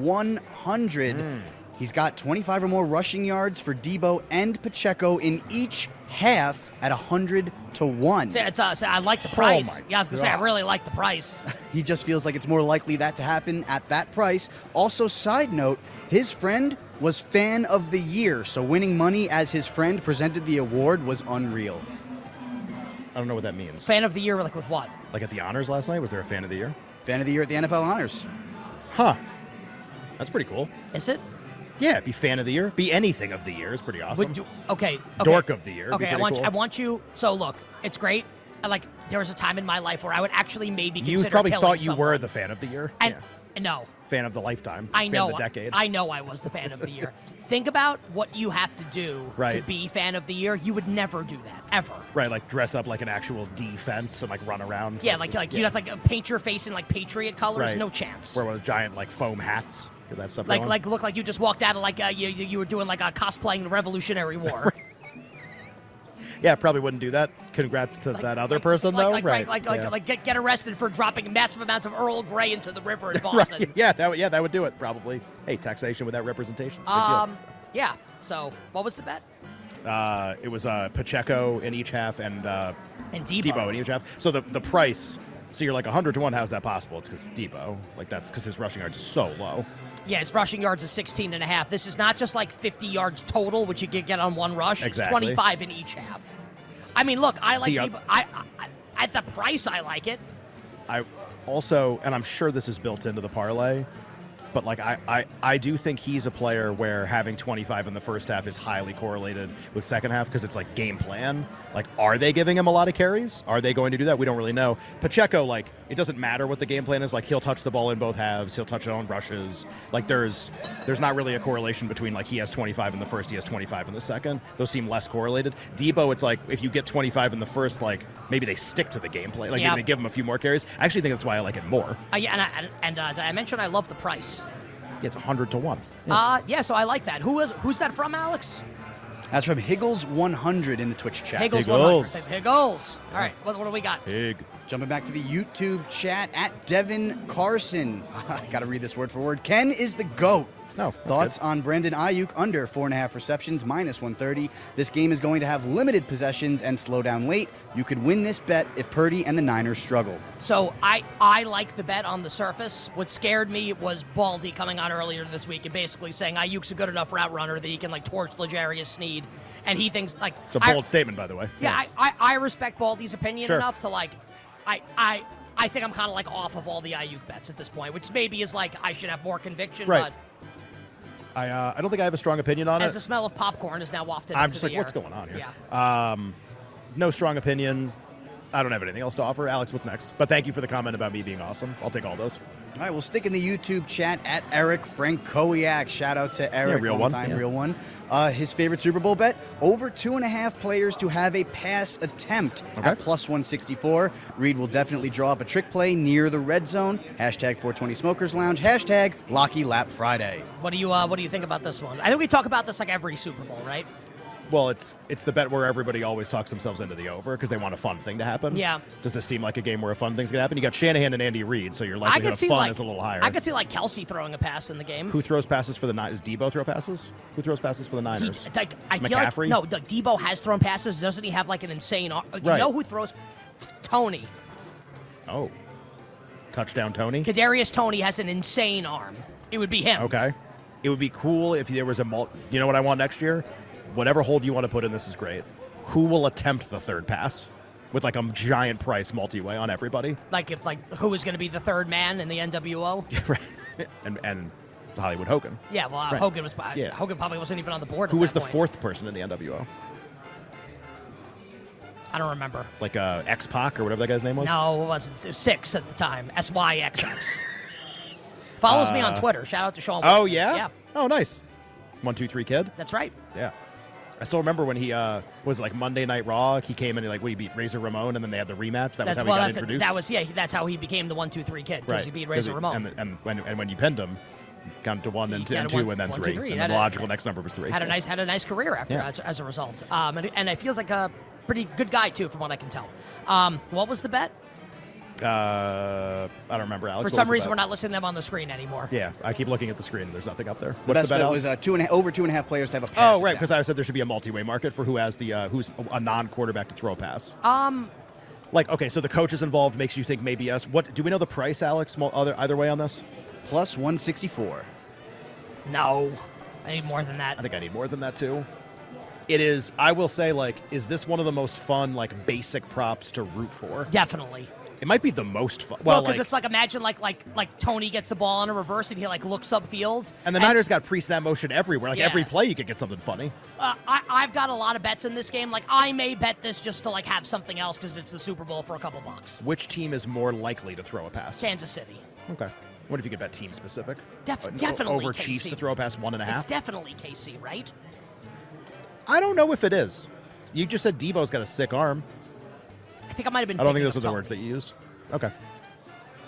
[SPEAKER 6] Higgles100. He's got 25 or more rushing yards for Debo and Pacheco in each half at 100 to 1.
[SPEAKER 2] It's, it's, uh, I like the price.
[SPEAKER 3] Oh my
[SPEAKER 2] yeah, I was gonna say I
[SPEAKER 3] God.
[SPEAKER 2] really like the
[SPEAKER 3] [LAUGHS]
[SPEAKER 2] price.
[SPEAKER 6] He just feels like it's more likely that to happen at that price. Also, side note, his friend was fan of the year, so winning money as his friend presented the award was unreal.
[SPEAKER 3] I don't know what that means.
[SPEAKER 2] Fan of the year, like with what?
[SPEAKER 3] Like at the honors last night, was there a fan of the year?
[SPEAKER 6] Fan of the year at the NFL Honors.
[SPEAKER 3] Huh. That's pretty cool.
[SPEAKER 2] Is it?
[SPEAKER 3] Yeah, be fan of the year, be anything of the year is pretty awesome.
[SPEAKER 2] Would you- okay, okay.
[SPEAKER 3] Dork of the year would
[SPEAKER 2] Okay,
[SPEAKER 3] be
[SPEAKER 2] I
[SPEAKER 3] pretty
[SPEAKER 2] want
[SPEAKER 3] cool.
[SPEAKER 2] I want you. So look, it's great. I like. There was a time in my life where I would actually maybe
[SPEAKER 3] you
[SPEAKER 2] consider
[SPEAKER 3] probably
[SPEAKER 2] killing
[SPEAKER 3] thought you
[SPEAKER 2] someone.
[SPEAKER 3] were the fan of the year.
[SPEAKER 2] And
[SPEAKER 3] yeah.
[SPEAKER 2] no,
[SPEAKER 3] Fan of the lifetime.
[SPEAKER 2] I know.
[SPEAKER 3] Fan of the decade.
[SPEAKER 2] I know I was the fan of the
[SPEAKER 3] [LAUGHS]
[SPEAKER 2] year. Think about what you have to do to
[SPEAKER 3] Right.
[SPEAKER 2] be fan of the year. You would never do that ever.
[SPEAKER 3] right, like dress up like an actual defense and like run around.
[SPEAKER 2] Yeah, like
[SPEAKER 3] just-
[SPEAKER 2] like you'd have to like paint your face in like patriot colors.
[SPEAKER 3] Right.
[SPEAKER 2] No chance.
[SPEAKER 3] Wear one of the giant like foam hats. Get that stuff
[SPEAKER 2] like
[SPEAKER 3] going.
[SPEAKER 2] like look like you just walked out of like uh, you you you were doing like a cosplaying the Revolutionary
[SPEAKER 3] [LAUGHS]
[SPEAKER 2] War.
[SPEAKER 3] yeah, probably wouldn't do that. Congrats to that other
[SPEAKER 2] Like-
[SPEAKER 3] person
[SPEAKER 2] like,
[SPEAKER 3] though.
[SPEAKER 2] like,
[SPEAKER 3] right.
[SPEAKER 2] Like like,
[SPEAKER 3] yeah. [LAUGHS]
[SPEAKER 2] like get get arrested for dropping massive amounts of Earl Grey into the river in
[SPEAKER 3] [LAUGHS] Right,
[SPEAKER 2] Boston.
[SPEAKER 3] Yeah, that would, yeah, that would do it probably. Hey, taxation without representation. It's a big deal.
[SPEAKER 2] Um, yeah. So what was the bet?
[SPEAKER 3] Uh, it was uh, Pacheco in each half and uh,
[SPEAKER 2] And Debo.
[SPEAKER 3] Debo in each half. So the, the price, so you're like 100 to 1. How's that possible? It's because Debo, like that's because his rushing yards is so low.
[SPEAKER 2] Yeah, his rushing yards is 16 and a half. This is not just like 50 yards total, which you could get on one rush.
[SPEAKER 3] Exactly.
[SPEAKER 2] It's 25 in each half. I mean, look, I like
[SPEAKER 3] The, uh,
[SPEAKER 2] Debo. I, I, I at the price, I like it.
[SPEAKER 3] I also, and I'm sure this is built into the parlay, but like I, I, I do think he's a player where having 25 in the first half is highly correlated with second half because it's like game plan. Like, are they giving him a lot of carries? Are they going to do that? We don't really know. Pacheco, like, it doesn't matter what the game plan is. Like, he'll touch the ball in both halves. He'll touch it on rushes. Like, there's, there's not really a correlation between like he has 25 in the first, he has 25 in the second. Those seem less correlated. Debo, it's like if you get 25 in the first, like maybe they stick to the game plan. Like
[SPEAKER 2] Yeah.
[SPEAKER 3] maybe they give him a few more carries. I actually think that's why I like it more.
[SPEAKER 2] Uh, yeah, and I, and, and uh, did I mention I love the price?
[SPEAKER 3] Yeah, it's 100 to 1.
[SPEAKER 2] Uh, yeah, so I like that. Who is who's that from, Alex?
[SPEAKER 6] That's from Higgles100 in the Twitch chat.
[SPEAKER 2] Higgles.
[SPEAKER 3] Higgles.
[SPEAKER 2] 100. Higgles. All right, what, what do we got?
[SPEAKER 3] Big.
[SPEAKER 6] Jumping back to the YouTube chat at Devin Carson. [LAUGHS] I got to read this word for word. Ken is the GOAT.
[SPEAKER 3] No, that's
[SPEAKER 6] Thoughts on Brandon Ayuk under four and a half receptions, minus 130. This game is going to have limited possessions and slow down late. You could win this bet if Purdy and the Niners struggle.
[SPEAKER 2] So I I like the bet on the surface. What scared me was Baldy coming on earlier this week and basically saying Ayuk's a good enough route runner that he can like torch Legarius Sneed, and he thinks like
[SPEAKER 3] It's a
[SPEAKER 2] I-
[SPEAKER 3] bold statement, by the way.
[SPEAKER 2] yeah, I, I I respect Baldy's opinion
[SPEAKER 3] Sure.
[SPEAKER 2] enough to like I I. I think I'm kind of like off of all the Ayuk bets at this point, which maybe is like I should have more conviction.
[SPEAKER 3] Right.
[SPEAKER 2] But
[SPEAKER 3] I, uh, I don't think I have a strong opinion on
[SPEAKER 2] as
[SPEAKER 3] it.
[SPEAKER 2] the smell of popcorn is now wafted,
[SPEAKER 3] I'm
[SPEAKER 2] into
[SPEAKER 3] just
[SPEAKER 2] the
[SPEAKER 3] like, what's
[SPEAKER 2] air.
[SPEAKER 3] going on here?
[SPEAKER 2] Yeah.
[SPEAKER 3] Um, no strong opinion. I don't have anything else to offer. Alex, what's next? But thank you for the comment about me being awesome. I'll take all those.
[SPEAKER 6] All right, we'll stick in the YouTube chat at Eric Frankowiak. Shout out to Eric,
[SPEAKER 3] real one,
[SPEAKER 6] time
[SPEAKER 3] yeah.
[SPEAKER 6] real one. Uh, his favorite Super Bowl bet: over two and a half players to have a pass attempt
[SPEAKER 3] Okay.
[SPEAKER 6] at plus 164. Reed will definitely draw up a trick play near the red zone. Hashtag 420 Smokers Lounge. Hashtag Locky Lap Friday.
[SPEAKER 2] What do you uh, What do you think about this one? I think we talk about this like every Super Bowl, right?
[SPEAKER 3] Well, it's it's the bet where everybody always talks themselves into the over because they want a fun thing to happen.
[SPEAKER 2] Yeah.
[SPEAKER 3] Does this seem like a game where a fun thing's gonna happen? You got Shanahan and Andy Reid, so your
[SPEAKER 2] I
[SPEAKER 3] likelihood
[SPEAKER 2] could
[SPEAKER 3] of
[SPEAKER 2] see
[SPEAKER 3] fun
[SPEAKER 2] like
[SPEAKER 3] is a little higher.
[SPEAKER 2] I could see like Kelsey throwing a pass in the game.
[SPEAKER 3] Who throws passes for the Niners? Is Debo throw passes? Who throws passes for the
[SPEAKER 2] He-
[SPEAKER 3] Niners?
[SPEAKER 2] like, I feel like-
[SPEAKER 3] McCaffrey.
[SPEAKER 2] no, like Debo has thrown passes. Doesn't he have like an insane? ar- You
[SPEAKER 3] Right.
[SPEAKER 2] know who throws? T- Tony.
[SPEAKER 3] Oh. Touchdown, Tony.
[SPEAKER 2] Kadarius Tony has an insane arm. It would be him.
[SPEAKER 3] Okay. It would be cool if there was a mul- You know what I want next year? Whatever hold you want to put in, this is great. Who will attempt the third pass with like a giant price multi-way on everybody?
[SPEAKER 2] Like if like who is going to be the third man in the NWO? Yeah.
[SPEAKER 3] Right. and and Hollywood Hogan.
[SPEAKER 2] well, uh,
[SPEAKER 3] Right.
[SPEAKER 2] Hogan was. Uh,
[SPEAKER 3] Yeah.
[SPEAKER 2] Hogan probably wasn't even on the board. at
[SPEAKER 3] Who was
[SPEAKER 2] that
[SPEAKER 3] the
[SPEAKER 2] point.
[SPEAKER 3] fourth person in the NWO?
[SPEAKER 2] I don't remember.
[SPEAKER 3] Like uh, X Pac or whatever that guy's name was.
[SPEAKER 2] No, it wasn't. It was six at the time. S Y X X. Follows me on Twitter. Shout out to Sean.
[SPEAKER 3] Uh, Oh
[SPEAKER 2] Whitman.
[SPEAKER 3] yeah.
[SPEAKER 2] Yeah,
[SPEAKER 3] Oh nice. One two three kid.
[SPEAKER 2] that's right.
[SPEAKER 3] Yeah. I still remember when he uh, was like Monday Night Raw. He came in and like we beat Razor Ramon, and then they had the rematch. That was
[SPEAKER 2] That's,
[SPEAKER 3] how he
[SPEAKER 2] well,
[SPEAKER 3] got
[SPEAKER 2] that's
[SPEAKER 3] introduced.
[SPEAKER 2] that was yeah. That's how he became the one, two, three kid because
[SPEAKER 3] right.
[SPEAKER 2] he beat
[SPEAKER 3] 'Cause
[SPEAKER 2] Razor
[SPEAKER 3] it-
[SPEAKER 2] Ramon.
[SPEAKER 3] And, and when and when you pinned him, count to one, then
[SPEAKER 2] You
[SPEAKER 3] two, and
[SPEAKER 2] counted
[SPEAKER 3] two,
[SPEAKER 2] one-
[SPEAKER 3] and then
[SPEAKER 2] one, two,
[SPEAKER 3] three.
[SPEAKER 2] three.
[SPEAKER 3] And
[SPEAKER 2] Had
[SPEAKER 3] then the
[SPEAKER 2] a-
[SPEAKER 3] logical next number was three.
[SPEAKER 2] had a nice had a nice career after
[SPEAKER 3] Yeah.
[SPEAKER 2] as, as a result. Um, and, and it feels like a pretty good guy too, from what I can tell. Um, what was the bet?
[SPEAKER 3] Uh, I don't remember Alex.
[SPEAKER 2] For
[SPEAKER 3] what was
[SPEAKER 2] some
[SPEAKER 3] the
[SPEAKER 2] reason,
[SPEAKER 3] bet?
[SPEAKER 2] we're not listing them on the screen anymore.
[SPEAKER 3] Yeah, I keep looking at the screen. and There's nothing up there.
[SPEAKER 6] The
[SPEAKER 3] What's
[SPEAKER 6] best
[SPEAKER 3] the bet
[SPEAKER 6] bet
[SPEAKER 3] Alex?
[SPEAKER 6] was uh, two and a, over two and a half players to have a pass.
[SPEAKER 3] Oh right, because
[SPEAKER 6] attempt.
[SPEAKER 3] I said there should be a multi-way market for who has the uh, who's a non-quarterback to throw a pass.
[SPEAKER 2] Um,
[SPEAKER 3] Like okay, so the coach is involved makes you think maybe us. What do we know the price, Alex? Mo- Other either way on this,
[SPEAKER 6] plus 164.
[SPEAKER 2] no, I need more than that.
[SPEAKER 3] I think I need more than that too. It is. I will say, like, is this one of the most fun, like, basic props to root for?
[SPEAKER 2] Definitely.
[SPEAKER 3] It might be the most fun.
[SPEAKER 2] Well,
[SPEAKER 3] Well,
[SPEAKER 2] because
[SPEAKER 3] like,
[SPEAKER 2] it's like imagine like like like Tony gets the ball on a reverse and he like looks upfield.
[SPEAKER 3] and the Niners got pre-snap motion everywhere. Like
[SPEAKER 2] Yeah.
[SPEAKER 3] every play, you could get something funny.
[SPEAKER 2] Uh, I I've got a lot of bets in this game. Like I may bet this just to like have something else because it's the Super Bowl for a couple bucks.
[SPEAKER 3] Which team is more likely to throw a pass?
[SPEAKER 2] Kansas City.
[SPEAKER 3] Okay. What if you could bet team specific?
[SPEAKER 2] Def-
[SPEAKER 3] Uh, o-
[SPEAKER 2] definitely
[SPEAKER 3] over Chiefs
[SPEAKER 2] KC.
[SPEAKER 3] to throw a pass one and a half.
[SPEAKER 2] It's definitely KC, right?
[SPEAKER 3] I don't know if it is. You just said Debo's got a sick arm.
[SPEAKER 2] I think I might have been.
[SPEAKER 3] I don't think
[SPEAKER 2] thinking
[SPEAKER 3] those are
[SPEAKER 2] of
[SPEAKER 3] the
[SPEAKER 2] Tony.
[SPEAKER 3] words that you used. Okay.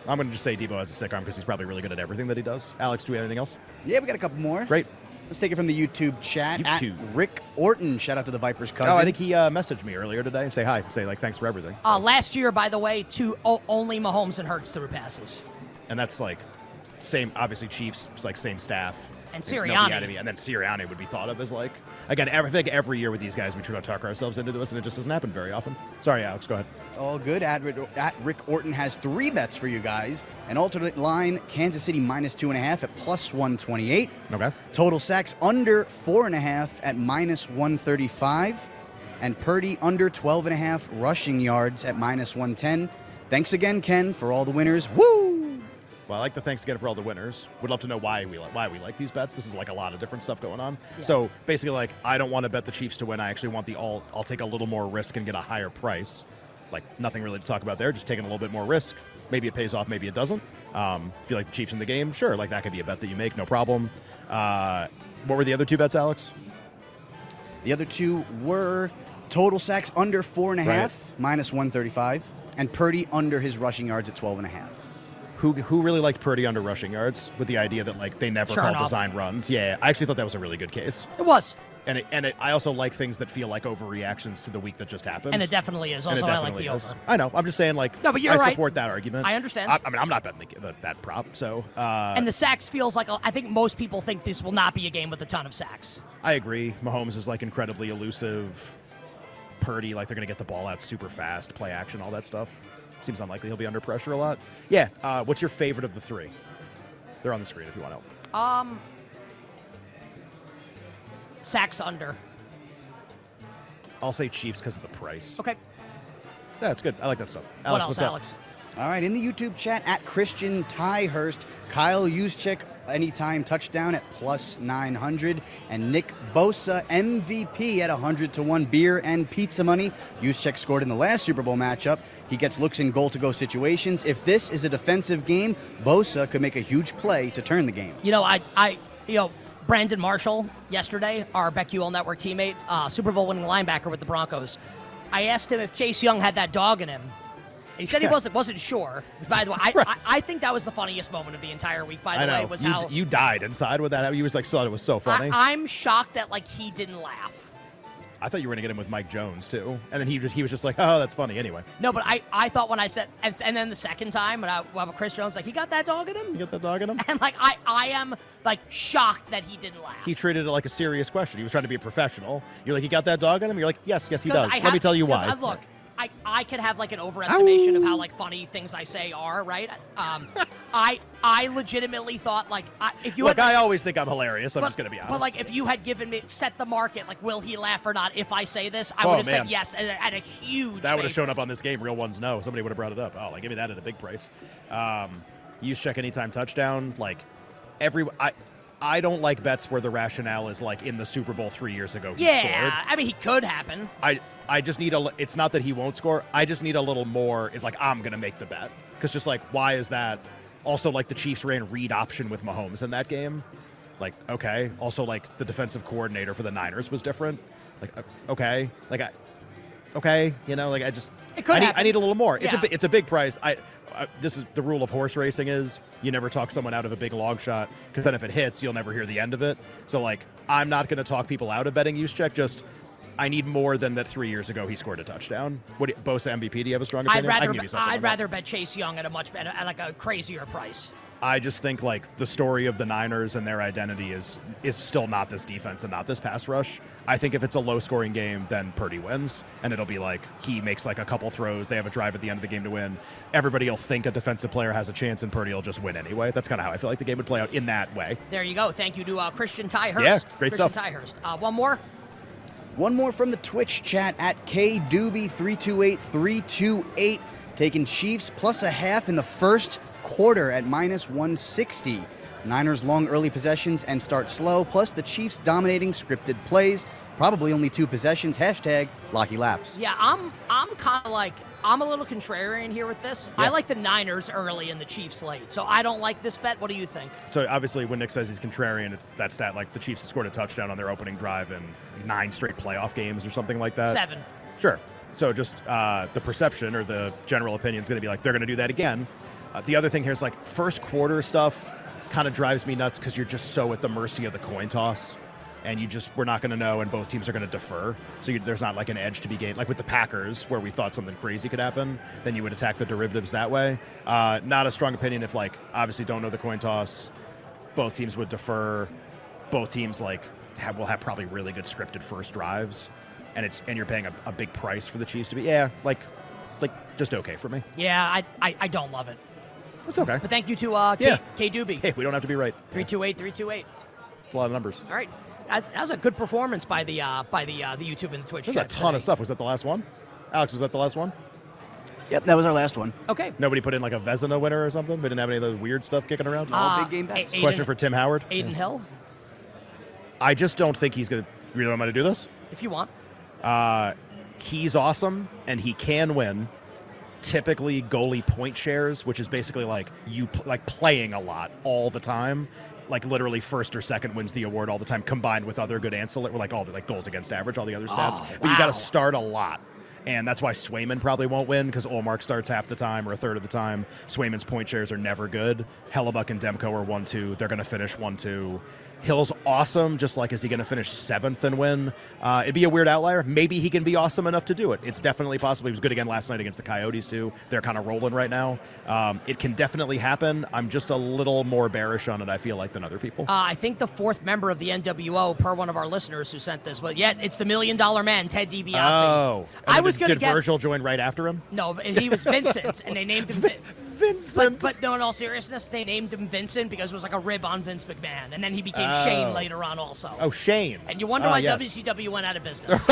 [SPEAKER 3] I'm going to just say Debo has a sick arm because he's probably really good at everything that he does. Alex, do we have anything else?
[SPEAKER 6] Yeah, we got a couple more.
[SPEAKER 3] Great.
[SPEAKER 6] Let's take it from the YouTube chat. at
[SPEAKER 3] YouTube.
[SPEAKER 6] Rick Orton. Shout out to the Vipers cousin.
[SPEAKER 3] Oh, I think he uh, messaged me earlier today and say hi, say like thanks for everything,
[SPEAKER 2] Uh, last year, by the way, two o- only Mahomes and Hurts threw passes.
[SPEAKER 3] and that's like same obviously Chiefs it's like same staff
[SPEAKER 2] And
[SPEAKER 3] Nobody
[SPEAKER 2] Sirianni.
[SPEAKER 3] had any- and then Sirianni would be thought of as like again every, I think every year with these guys we try to talk ourselves into this and it just doesn't happen very often. Sorry, Alex, go ahead.
[SPEAKER 6] All good. At, at Rick Orton has three bets for you guys. An alternate line, Kansas City minus two and a half at plus 128.
[SPEAKER 3] Okay.
[SPEAKER 6] Total sacks under four and a half at minus 135. And Purdy under 12 and a half rushing yards at minus 110. Thanks again, Ken, for all the winners. Woo!
[SPEAKER 3] Well, I like the thanks again for all the winners. Would love to know why we like why we like these bets. This is like a lot of different stuff going on. So basically, like I don't want to bet the Chiefs to win. I actually want the all. I'll take a little more risk and get a higher price. Like nothing really to talk about there. Just taking a little bit more risk. Maybe it pays off. Maybe it doesn't. Um, if you like the Chiefs in the game, sure. Like that could be a bet that you make. No problem. Uh, what were the other two bets, Alex?
[SPEAKER 6] The other two were total sacks under four and a
[SPEAKER 3] Right.
[SPEAKER 6] half, minus 135. And Purdy under his rushing yards at 12 and a half.
[SPEAKER 3] Who who really liked Purdy under rushing yards with the idea that like they never
[SPEAKER 2] Sure
[SPEAKER 3] call
[SPEAKER 2] enough.
[SPEAKER 3] design runs. Yeah, I actually thought that was a really good case.
[SPEAKER 2] It was,
[SPEAKER 3] And it, and it, I also like things that feel like overreactions to the week that just happened.
[SPEAKER 2] and it definitely is.
[SPEAKER 3] And it
[SPEAKER 2] Also, I like
[SPEAKER 3] definitely
[SPEAKER 2] the
[SPEAKER 3] is.
[SPEAKER 2] over.
[SPEAKER 3] I know. I'm just saying, like,
[SPEAKER 2] No, but you're
[SPEAKER 3] I
[SPEAKER 2] right.
[SPEAKER 3] support that argument.
[SPEAKER 2] I understand.
[SPEAKER 3] I, I mean, I'm not betting the, the, that prop, so uh,
[SPEAKER 2] and the sacks feels like a, I think most people think this will not be a game with a ton of sacks.
[SPEAKER 3] I agree. Mahomes is like incredibly elusive. Purdy, like, they're going to get the ball out super fast, play action, all that stuff. Seems unlikely he'll be under pressure a lot. Yeah. Uh, what's your favorite of the three? They're on the screen if you want help.
[SPEAKER 2] Um, sacks under.
[SPEAKER 3] I'll say Chiefs because of the price.
[SPEAKER 2] Okay.
[SPEAKER 3] That's good. I like that stuff. Alex,
[SPEAKER 2] what else,
[SPEAKER 3] what's up?
[SPEAKER 2] Alex?
[SPEAKER 6] All right, in the YouTube chat at Christian Tyhurst, Kyle Juszczyk, anytime touchdown at plus 900, and Nick Bosa, MVP at 100 to 1 beer and pizza money. Juszczyk scored in the last Super Bowl matchup. He gets looks in goal to go situations. If this is a defensive game, Bosa could make a huge play to turn the game.
[SPEAKER 2] You know, I, I, you know, Brandon Marshall yesterday, our BetQL Network teammate, uh, Super Bowl winning linebacker with the Broncos. I asked him if Chase Young had that dog in him. And he said he wasn't wasn't sure. By the way, I,
[SPEAKER 3] [LAUGHS]
[SPEAKER 2] I, I think that was the funniest moment of the entire week. By the
[SPEAKER 3] I know.
[SPEAKER 2] way, was
[SPEAKER 3] you,
[SPEAKER 2] how
[SPEAKER 3] you died inside with that. You was like, thought it was so funny.
[SPEAKER 2] I, I'm shocked that like he didn't laugh.
[SPEAKER 3] I thought you were going to get him with Mike Jones, too. And then he, just, he was just like, oh, that's funny anyway.
[SPEAKER 2] No, but I, I thought when I said, and, and then the second time when I, when Chris Jones like he got that dog in
[SPEAKER 3] You
[SPEAKER 2] him, [LAUGHS]
[SPEAKER 3] got that dog in him?
[SPEAKER 2] and like I, I am like shocked that he didn't laugh.
[SPEAKER 3] he treated it like a serious question. He was trying to be a professional. You're like, he got that dog on him. You're like, yes, yes, he
[SPEAKER 2] Because
[SPEAKER 3] does.
[SPEAKER 2] I
[SPEAKER 3] Let
[SPEAKER 2] have-
[SPEAKER 3] me tell you
[SPEAKER 2] because
[SPEAKER 3] why.
[SPEAKER 2] I, look, I, I could have like an overestimation of how like funny things I say are, right?
[SPEAKER 3] [LAUGHS]
[SPEAKER 2] Um, I I legitimately thought like I, if you
[SPEAKER 3] look,
[SPEAKER 2] had,
[SPEAKER 3] I always think I'm hilarious. I'm
[SPEAKER 2] but-
[SPEAKER 3] just gonna be honest.
[SPEAKER 2] But like if you had given me set the market, like will he laugh or not? If I say this, I
[SPEAKER 3] Oh,
[SPEAKER 2] would have said
[SPEAKER 3] man.
[SPEAKER 2] yes at, a- at a huge.
[SPEAKER 3] that would have
[SPEAKER 2] favor.
[SPEAKER 3] shown up on this game. Real ones, no. Somebody would have brought it up. Oh, like give me that at a big price. Um, use check anytime touchdown. Like every, I, I don't like bets where the rationale is like in the Super Bowl three years ago. He
[SPEAKER 2] Yeah,
[SPEAKER 3] scored.
[SPEAKER 2] I mean he could happen.
[SPEAKER 3] I I just need a. li- It's not that he won't score. I just need a little more. If like I'm gonna make the bet, because just like why is that? Also like the Chiefs ran read option with Mahomes in that game. Like okay. Also like the defensive coordinator for the Niners was different. Like uh, okay. Like I. Okay, you know, like I just
[SPEAKER 2] It could
[SPEAKER 3] I, need,
[SPEAKER 2] happen.
[SPEAKER 3] I need a little more. It's a
[SPEAKER 2] Yeah.
[SPEAKER 3] bi- it's a big price. I, I this is the rule of horse racing is you never talk someone out of a big long shot because then if it hits, you'll never hear the end of it. So like I'm not going to talk people out of betting use check. Just I need more than that. Three years ago, he scored a touchdown. What do you, Bosa MVP? Do you have a strong
[SPEAKER 2] I'd
[SPEAKER 3] opinion? I
[SPEAKER 2] rather
[SPEAKER 3] can give you something on
[SPEAKER 2] I'd
[SPEAKER 3] that.
[SPEAKER 2] rather bet Chase Young at a much at, a, at like a crazier price.
[SPEAKER 3] I just think like the story of the Niners and their identity is is still not this defense and not this pass rush. I think if it's a low scoring game, then Purdy wins, and it'll be like he makes like a couple throws. They have a drive at the end of the game to win. Everybody will think a defensive player has a chance, and Purdy will just win anyway. That's kind of how I feel like the game would play out in that way.
[SPEAKER 2] There you go. Thank you to uh, Christian Tyhurst.
[SPEAKER 3] Yeah, great
[SPEAKER 2] Christian
[SPEAKER 3] stuff.
[SPEAKER 2] Tyhurst. Uh, one more.
[SPEAKER 6] One more from the Twitch chat at KDoobie328328, taking Chiefs plus a half in the first quarter at minus 160. Niners long early possessions and start slow, plus the Chiefs dominating scripted plays. Probably only two possessions. Hashtag Locky Laps.
[SPEAKER 2] Yeah, I'm I'm kind of like I'm a little contrarian here with this. I like the Niners early and the Chiefs late, so I don't like this bet. What do you think?
[SPEAKER 3] So obviously, when Nick says he's contrarian, it's that stat like the Chiefs have scored a touchdown on their opening drive in nine straight playoff games or something like that.
[SPEAKER 2] Seven.
[SPEAKER 3] Sure. So just uh, the perception or the general opinion is going to be like they're going to do that again. Uh, the other thing here is like first quarter stuff kind of drives me nuts because you're just so at the mercy of the coin toss, and you just we're not going to know, and both teams are going to defer. So you, there's not like an edge to be gained. Like with the Packers, where we thought something crazy could happen, then you would attack the derivatives that way. Uh, not a strong opinion if like obviously don't know the coin toss both teams would defer. Both teams like have, will have probably really good scripted first drives, and it's and you're paying a, a big price for the Chiefs to be yeah like like just okay for me.
[SPEAKER 2] Yeah, I I, I don't love it.
[SPEAKER 3] That's okay.
[SPEAKER 2] But thank you to uh, K,
[SPEAKER 3] Yeah.
[SPEAKER 2] K Doobie.
[SPEAKER 3] Hey, we don't have to be right.
[SPEAKER 2] Three two eight, three two eight.
[SPEAKER 3] It's a lot of numbers.
[SPEAKER 2] All right, that's, that was a good performance by the uh, by the uh, the YouTube and the Twitch.
[SPEAKER 3] There's a
[SPEAKER 2] chat
[SPEAKER 3] ton
[SPEAKER 2] today.
[SPEAKER 3] of stuff. Was that the last one? Alex, was that the last one?
[SPEAKER 6] Yep, that was our last one.
[SPEAKER 2] Okay.
[SPEAKER 3] Nobody put in like a Vezina winner or something. We didn't have any of the weird stuff kicking around.
[SPEAKER 2] Uh,
[SPEAKER 5] big game bets.
[SPEAKER 2] A- Aiden-
[SPEAKER 3] Question for Tim Howard.
[SPEAKER 2] Aiden Hill,
[SPEAKER 3] I just don't think he's gonna. You really want me to do this?
[SPEAKER 2] if you want.
[SPEAKER 3] Uh, he's awesome and he can win. Typically, goalie point shares, which is basically like you pl- like playing a lot all the time, like literally first or second wins the award all the time, combined with other good ancillary, like all the like goals against average, all the other stats. But you got
[SPEAKER 2] wow.
[SPEAKER 3] to start a lot. And that's why Swayman probably won't win because Olmark starts half the time or a third of the time. Swayman's point shares are never good. Hellebuck and Demko are 1 2. They're going to finish 1 2. Hill's awesome. Just like, is he going to finish seventh and win? Uh, it'd be a weird outlier. Maybe he can be awesome enough to do it. It's definitely possible. He was good again last night against the Coyotes, too. They're kind of rolling right now. Um, it can definitely happen. I'm just a little more bearish on it, I feel like, than other people.
[SPEAKER 2] Uh, I think the fourth member of the NWO, per one of our listeners who sent this, but yet it's the Million Dollar Man, Ted DiBiase.
[SPEAKER 3] oh. And
[SPEAKER 2] I
[SPEAKER 3] then
[SPEAKER 2] was
[SPEAKER 3] did-
[SPEAKER 2] going to
[SPEAKER 3] Did
[SPEAKER 2] guess.
[SPEAKER 3] Virgil join right after him?
[SPEAKER 2] No, but he was Vincent, and they named him. Vin-
[SPEAKER 3] Vincent.
[SPEAKER 2] But no, in all seriousness, they named him Vincent because it was like a rib on Vince McMahon, and then he became
[SPEAKER 3] Oh.
[SPEAKER 2] Shane later on also.
[SPEAKER 3] Oh, Shane.
[SPEAKER 2] And you wonder
[SPEAKER 3] Ah,
[SPEAKER 2] why
[SPEAKER 3] yes.
[SPEAKER 2] WCW went out of
[SPEAKER 3] [LAUGHS]
[SPEAKER 2] business.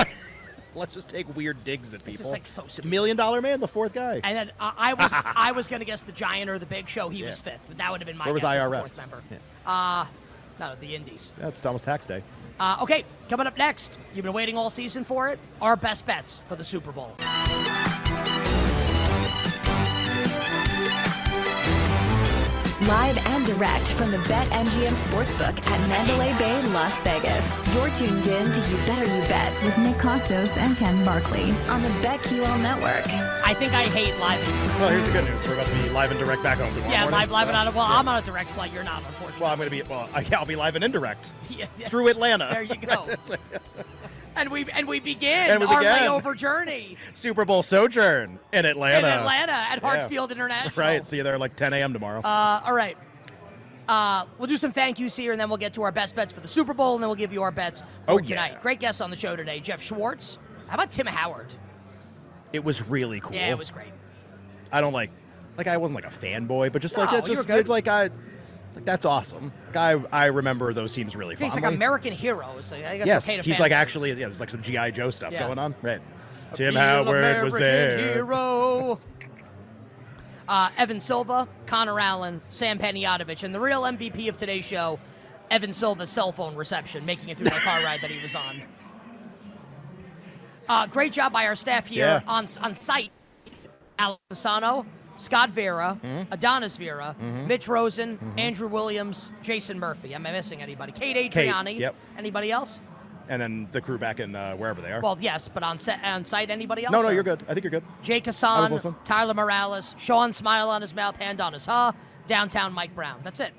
[SPEAKER 3] Let's just take weird digs at people.
[SPEAKER 2] It's just, like, so stupid.
[SPEAKER 3] Million Dollar Man, the fourth guy.
[SPEAKER 2] and then uh, I
[SPEAKER 3] [LAUGHS]
[SPEAKER 2] was I was going to guess the Giant or the Big Show. He was
[SPEAKER 3] Yeah.
[SPEAKER 2] fifth, but that would have been my
[SPEAKER 3] Where was
[SPEAKER 2] guess as the
[SPEAKER 3] IRS?
[SPEAKER 2] fourth member. Uh, no, the Indies.
[SPEAKER 3] That's Thomas Tax Day.
[SPEAKER 2] Uh, okay, coming up next, you've been waiting all season for it. Our best bets for the Super Bowl.
[SPEAKER 7] Live and direct from the BetMGM Sportsbook at Mandalay Bay, Las Vegas. You're tuned in to You Better You Bet
[SPEAKER 8] with Nick Costos and Ken Barkley.
[SPEAKER 7] on the BetQL Network.
[SPEAKER 2] I think I hate live.
[SPEAKER 3] Well, here's the good news. We're about to be live and direct back home tomorrow
[SPEAKER 2] Yeah,
[SPEAKER 3] morning.
[SPEAKER 2] live, live, and
[SPEAKER 3] Yeah.
[SPEAKER 2] on. Well, I'm on a direct flight. You're not, unfortunately.
[SPEAKER 3] Well, I'm going to be, well, [LAUGHS] I, I'll be live and indirect
[SPEAKER 2] [LAUGHS] Yeah, yeah.
[SPEAKER 3] through Atlanta.
[SPEAKER 2] There
[SPEAKER 3] [LAUGHS]
[SPEAKER 2] you go. and we and we begin
[SPEAKER 3] And we
[SPEAKER 2] our
[SPEAKER 3] began.
[SPEAKER 2] layover journey
[SPEAKER 3] Super Bowl sojourn in Atlanta.
[SPEAKER 2] in Atlanta at
[SPEAKER 3] uh, Yeah.
[SPEAKER 2] Hartsfield International.
[SPEAKER 3] [LAUGHS] Right. See you there like 10 a.m. tomorrow.
[SPEAKER 2] Uh, all right. Uh, we'll do some thank yous here, and then we'll get to our best bets for the Super Bowl, and then we'll give you our bets for
[SPEAKER 3] Oh, yeah.
[SPEAKER 2] tonight. Great guests on the show today: Jeff Schwartz. How about Tim Howard?
[SPEAKER 3] it was really cool.
[SPEAKER 2] Yeah, it was great.
[SPEAKER 3] I don't like like I wasn't like a fanboy, but just like
[SPEAKER 2] No,
[SPEAKER 3] it's
[SPEAKER 2] you
[SPEAKER 3] just
[SPEAKER 2] were good.
[SPEAKER 3] it- like I like that's awesome. Like, I I remember those teams really
[SPEAKER 2] He's
[SPEAKER 3] fondly.
[SPEAKER 2] like American heroes. Like, I think it's
[SPEAKER 3] yes,
[SPEAKER 2] okay to
[SPEAKER 3] he's
[SPEAKER 2] fan
[SPEAKER 3] like
[SPEAKER 2] them.
[SPEAKER 3] actually yeah, there's like some GI Joe stuff
[SPEAKER 2] Yeah.
[SPEAKER 3] going on. Right. Tim
[SPEAKER 2] Real
[SPEAKER 3] Howard was
[SPEAKER 2] American
[SPEAKER 3] there.
[SPEAKER 2] Hero. Uh, Evan Silva, Connor Allen, Sam Paniadovich, and the real MVP of today's show, Evan Silva's cell phone reception, making it through my car ride that he was on. Uh, great job by our staff here
[SPEAKER 3] Yeah.
[SPEAKER 2] on on site. Alessano, Scott Vera,
[SPEAKER 3] Mm-hmm.
[SPEAKER 2] Adonis Vera, Mitch Rosen, Andrew Williams, Jason Murphy. Am I missing anybody? Kate Adriani.
[SPEAKER 3] yep.
[SPEAKER 2] Anybody else?
[SPEAKER 3] And then the crew back in uh, wherever they are.
[SPEAKER 2] Well, yes, but on set, on site, anybody else?
[SPEAKER 3] no, no,
[SPEAKER 2] or-
[SPEAKER 3] you're good. I think you're good.
[SPEAKER 2] Jake
[SPEAKER 3] I
[SPEAKER 2] Hassan,
[SPEAKER 3] was listening.
[SPEAKER 2] Tyler Morales, Sean Smile on his mouth, hand on his ha, downtown Mike Brown. That's it,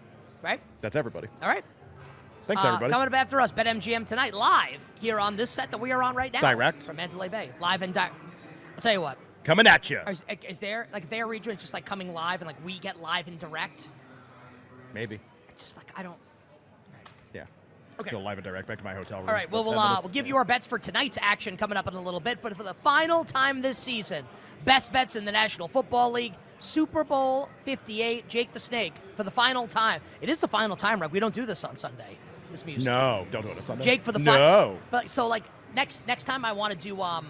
[SPEAKER 2] right?
[SPEAKER 3] That's everybody.
[SPEAKER 2] All right.
[SPEAKER 3] Thanks
[SPEAKER 2] Uh,
[SPEAKER 3] everybody.
[SPEAKER 2] Coming up after us, BetMGM tonight, live here on this set that we are on right now.
[SPEAKER 3] Direct.
[SPEAKER 2] From Mandalay Bay, live and direct. I'll tell you what,
[SPEAKER 3] Coming at you.
[SPEAKER 2] is, is there, like, if they're region, it's just like coming live and like we get live and direct?
[SPEAKER 3] Maybe.
[SPEAKER 2] It's just like, I don't.
[SPEAKER 3] Yeah.
[SPEAKER 2] Okay.
[SPEAKER 3] Go live and direct back to my hotel room.
[SPEAKER 2] All right, well,
[SPEAKER 3] About
[SPEAKER 2] we'll,
[SPEAKER 3] 10
[SPEAKER 2] uh,
[SPEAKER 3] minutes.
[SPEAKER 2] we'll give you our bets for tonight's action coming up in a little bit. But for the final time this season, best bets in the National Football League, Super Bowl 58, Jake the Snake, for the final time. It is the final time, right? We don't do this on Sunday, this music.
[SPEAKER 3] No, don't do it. It's on
[SPEAKER 2] Jake for the fi-
[SPEAKER 3] No.
[SPEAKER 2] But so like next next time I want to do um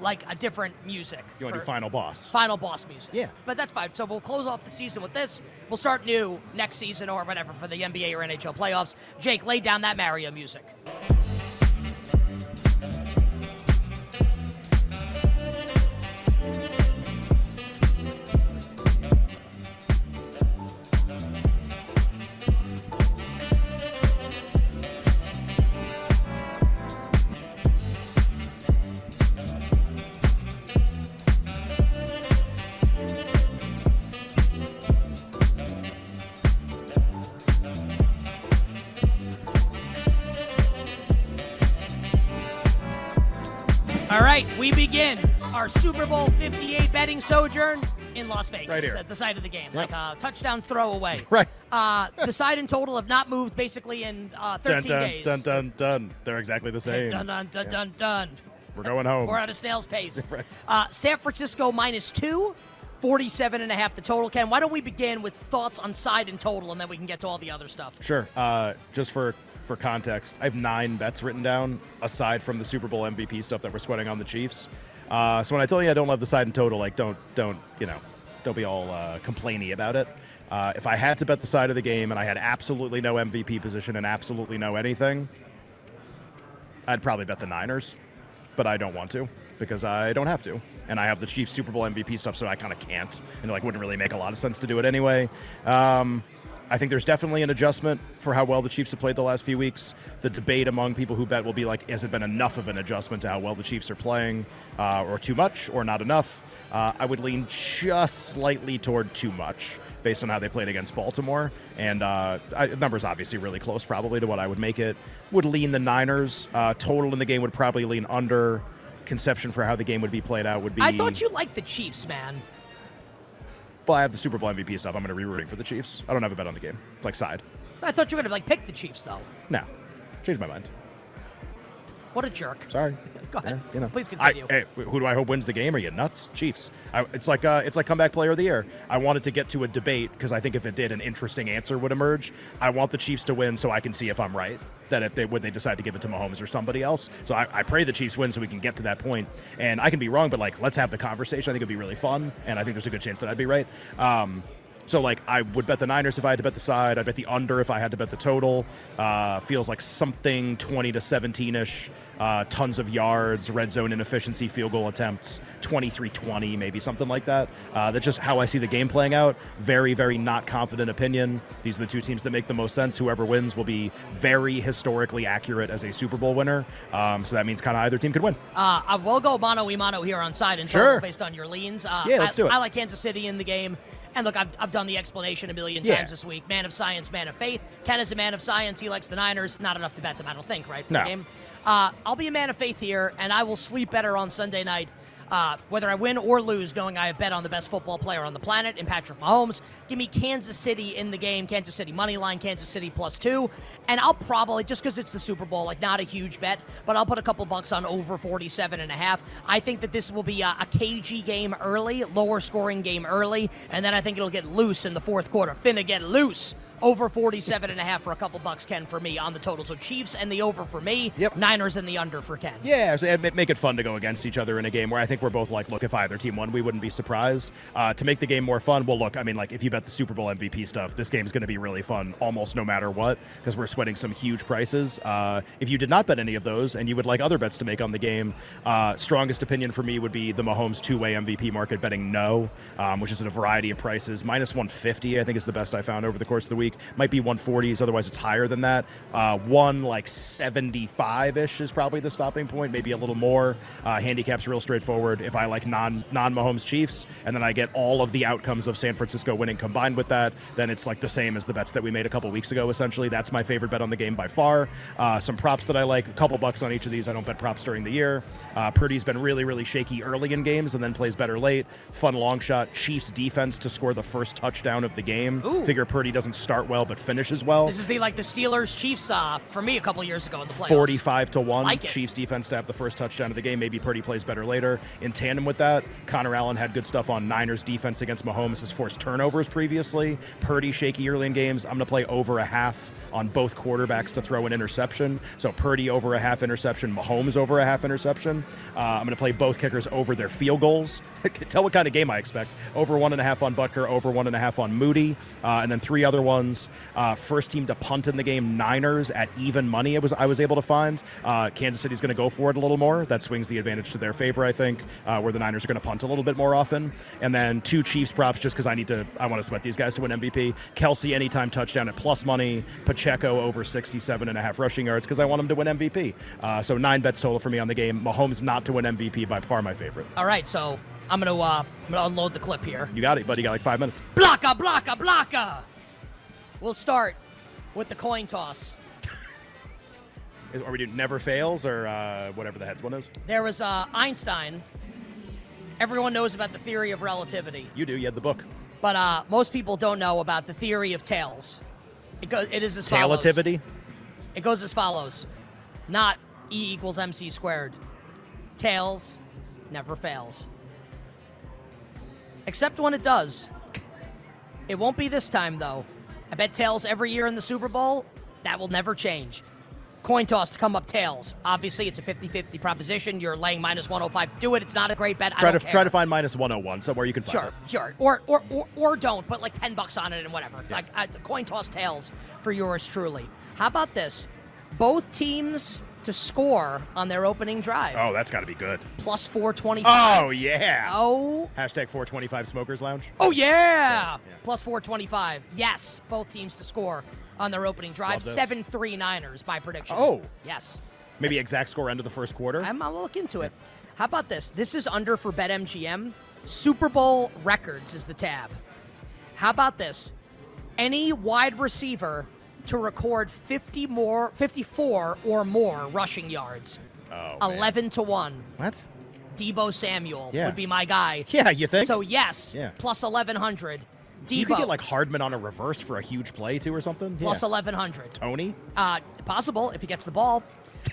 [SPEAKER 2] like a different music.
[SPEAKER 3] You want to
[SPEAKER 2] for-
[SPEAKER 3] do final boss?
[SPEAKER 2] final boss music.
[SPEAKER 3] Yeah.
[SPEAKER 2] But that's fine. So we'll close off the season with this. We'll start new next season or whatever for the NBA or NHL playoffs. Jake, lay down that Mario music. All right, we begin our Super Bowl 58 betting sojourn in Las Vegas
[SPEAKER 3] Right here.
[SPEAKER 2] at the site of the game.
[SPEAKER 3] Yep.
[SPEAKER 2] Like uh, touchdowns throw away.
[SPEAKER 3] [LAUGHS] Right.
[SPEAKER 2] Uh, the side and total have not moved basically in uh, 13
[SPEAKER 3] Dun dun
[SPEAKER 2] days.
[SPEAKER 3] dun dun dun. They're exactly the same.
[SPEAKER 2] dun, dun, dun, dun, dun.
[SPEAKER 3] We're going home.
[SPEAKER 2] We're at a snail's
[SPEAKER 3] [LAUGHS]
[SPEAKER 2] pace. uh, San Francisco minus two, 47 and a half the total. Ken, why don't we begin with thoughts on side and total, and then we can get to all the other stuff.
[SPEAKER 3] Sure. Uh, just for for context, I have nine bets written down aside from the Super Bowl MVP stuff that we're sweating on the Chiefs. Uh, so when I tell you I don't love the side in total, like don't don't you know don't be all uh, complainy about it. Uh, if I had to bet the side of the game and I had absolutely no MVP position and absolutely no anything, I'd probably bet the Niners, but I don't want to because I don't have to. And I have the Chiefs Super Bowl MVP stuff, so I kind of can't. And it, like wouldn't really make a lot of sense to do it anyway. Um, I think there's definitely an adjustment for how well the Chiefs have played the last few weeks. The debate among people who bet will be like, has it been enough of an adjustment to how well the Chiefs are playing, uh, or too much, or not enough? Uh, I would lean just slightly toward too much based on how they played against Baltimore. And uh, I, the numbers obviously really close, probably to what I would make it. Would lean the Niners. Uh, total in the game would probably lean under. Conception for how the game would be played out would be.
[SPEAKER 2] I thought you liked the Chiefs, man.
[SPEAKER 3] Well, I have the Super Bowl MVP stuff. I'm going to be rooting for the Chiefs. I don't have a bet on the game, like side.
[SPEAKER 2] I thought you were gonna like pick the Chiefs though.
[SPEAKER 3] No, changed my mind.
[SPEAKER 2] What a jerk.
[SPEAKER 3] Sorry.
[SPEAKER 2] [LAUGHS] Go ahead.
[SPEAKER 3] you know,
[SPEAKER 2] Please
[SPEAKER 3] I-
[SPEAKER 2] continue.
[SPEAKER 3] hey, who do I hope wins the game? Are you nuts? Chiefs. I, it's like uh, it's like comeback player of the year. I wanted to get to a debate because I think if it did, an interesting answer would emerge. I want the Chiefs to win so I can see if I'm right. That if they would they decide to give it to Mahomes or somebody else. So I, I pray the Chiefs win so we can get to that point. And I can be wrong, but like let's have the conversation. I think it'd be really fun, and I think there's a good chance that I'd be right. Um, so like I would bet the Niners if I had to bet the side. I'd bet the under if I had to bet the total. Uh, feels like something twenty to seventeen ish. Uh, tons of yards, red zone inefficiency, field goal attempts, 23-20, maybe something like that. Uh, that's just how I see the game playing out. Very, very not confident opinion. These are the two teams that make the most sense. Whoever wins will be very historically accurate as a Super Bowl winner. Um, so that means kind of either team could win.
[SPEAKER 2] Uh, I will go mano y mano here on side and
[SPEAKER 3] Sure.
[SPEAKER 2] total based on your leans. Uh,
[SPEAKER 3] Yeah, let's
[SPEAKER 2] I,
[SPEAKER 3] do it.
[SPEAKER 2] I like Kansas City in the game. And look, I've, I've done the explanation a million
[SPEAKER 3] Yeah.
[SPEAKER 2] times this week. Man of science, man of faith. Ken is a man of science. He likes the Niners. Not enough to bet them, I don't think, right? For the
[SPEAKER 3] No.
[SPEAKER 2] game. Uh, I'll be a man of faith here, and I will sleep better on Sunday night, uh, whether I win or lose, knowing I have bet on the best football player on the planet in Patrick Mahomes. Give me Kansas City in the game, Kansas City money line, Kansas City plus two, and I'll probably just because it's the Super Bowl, like not a huge bet, but I'll put a couple bucks on over 47 and a half. I think that this will be a, a cagey game early, lower scoring game early, and then I think it'll get loose in the fourth quarter. Finna get loose. Over 47 and a half for a couple bucks, Ken, for me on the total. So Chiefs and the over for me.
[SPEAKER 3] Yep.
[SPEAKER 2] Niners and the under for Ken.
[SPEAKER 3] Yeah, so it'd ma- make it fun to go against each other in a game where I think we're both like, look, if either team won, we wouldn't be surprised. Uh, to make the game more fun, well, look, I mean, like, if you bet the Super Bowl MVP stuff, this game's going to be really fun almost no matter what because we're sweating some huge prices. Uh, if you did not bet any of those and you would like other bets to make on the game, uh, strongest opinion for me would be the Mahomes two way MVP market betting no, um, which is at a variety of prices. Minus 150, I think, is the best I found over the course of the week. Might be 140s, otherwise, it's higher than that. Uh, one, like, 75 ish is probably the stopping point, maybe a little more. Uh, handicaps real straightforward. If I like non non Mahomes Chiefs, and then I get all of the outcomes of San Francisco winning combined with that, then it's like the same as the bets that we made a couple weeks ago. Essentially, that's my favorite bet on the game by far. Uh, some props that I like, a couple bucks on each of these. I don't bet props during the year. Uh, Purdy's been really really shaky early in games, and then plays better late. Fun long shot. Chiefs defense to score the first touchdown of the game. Figure Purdy doesn't start start well but finishes well.
[SPEAKER 2] This is the like the Steelers Chiefs uh, for me a couple years ago in the playoffs.
[SPEAKER 3] 45 to 1
[SPEAKER 2] Like it.
[SPEAKER 3] chiefs defense to have the first touchdown of the game maybe purdy plays better later in tandem with that connor allen had good stuff on niners defense against mahomes has forced turnovers previously purdy shaky early in games i'm going to play over a half on both quarterbacks to throw an interception so purdy over a half interception mahomes over a half interception uh, i'm going to play both kickers over their field goals [LAUGHS] tell what kind of game i expect over one and a half on butker over one and a half on moody uh, and then three other ones uh, first team to punt in the game niners at even money it was i was able to find uh, kansas city's going to go for it a little more that swings the advantage to their favor i think uh, where the niners are going to punt a little bit more often and then two chiefs props just because i need to i want to sweat these guys to win mvp kelsey anytime touchdown at plus money pacheco over 67 and a half rushing yards because i want him to win mvp uh, so nine bets total for me on the game mahomes not to win mvp by far my favorite
[SPEAKER 2] All right, so I'm gonna uh, I'm gonna unload the clip here.
[SPEAKER 3] you got it buddy you got like five minutes
[SPEAKER 2] Blocka, blocka, blocka. We'll start with the coin toss.
[SPEAKER 3] Is- Are we doing never fails or uh, whatever the heads one is?
[SPEAKER 2] There was uh, Einstein. Everyone knows about the theory of relativity,
[SPEAKER 3] You do. You had the book.
[SPEAKER 2] but uh, most people don't know about the theory of tails. It goes. It is as follows.
[SPEAKER 3] Relativity.
[SPEAKER 2] It goes as follows: not E equals MC squared. Tails never fails. Except when it does. It won't be this time though. I bet tails every year in the Super Bowl. That will never change. Coin toss to come up tails. Obviously, it's a 50-50 proposition. You're laying minus 105 to do it. It's not a great bet. I
[SPEAKER 3] Try to
[SPEAKER 2] don't care.
[SPEAKER 3] try to find minus 101 somewhere you can find
[SPEAKER 2] Sure,
[SPEAKER 3] it.
[SPEAKER 2] sure. Or, or or or don't put like ten bucks on it and whatever. Like uh, coin toss tails for yours truly. How about this? Both teams to score on their opening drive.
[SPEAKER 3] Oh, that's got to be good.
[SPEAKER 2] Plus four twenty.
[SPEAKER 3] Oh yeah.
[SPEAKER 2] Oh.
[SPEAKER 3] Hashtag 425 Smokers Lounge.
[SPEAKER 2] Oh yeah. Plus four twenty five. Yes, both teams to score on their opening drive.
[SPEAKER 3] Love this.
[SPEAKER 2] Seven three Niners by prediction.
[SPEAKER 3] Oh.
[SPEAKER 2] Yes.
[SPEAKER 3] Maybe exact score end of the first quarter.
[SPEAKER 2] I'm, I'll look into it. How about this? This is under for BetMGM. Super Bowl records is the tab. How about this? Any wide receiver to record 50 more, 54 or more rushing yards.
[SPEAKER 3] Oh, man.
[SPEAKER 2] 11 to 1.
[SPEAKER 3] What?
[SPEAKER 2] Debo Samuel
[SPEAKER 3] Yeah.
[SPEAKER 2] would be my guy.
[SPEAKER 3] Yeah, you think?
[SPEAKER 2] So, yes,
[SPEAKER 3] Yeah.
[SPEAKER 2] plus 1,100. Debo,
[SPEAKER 3] You could get like Hardman on a reverse for a huge play too or something.
[SPEAKER 2] plus
[SPEAKER 3] yeah.
[SPEAKER 2] 1,100.
[SPEAKER 3] Tony.
[SPEAKER 2] Uh, possible if he gets the ball.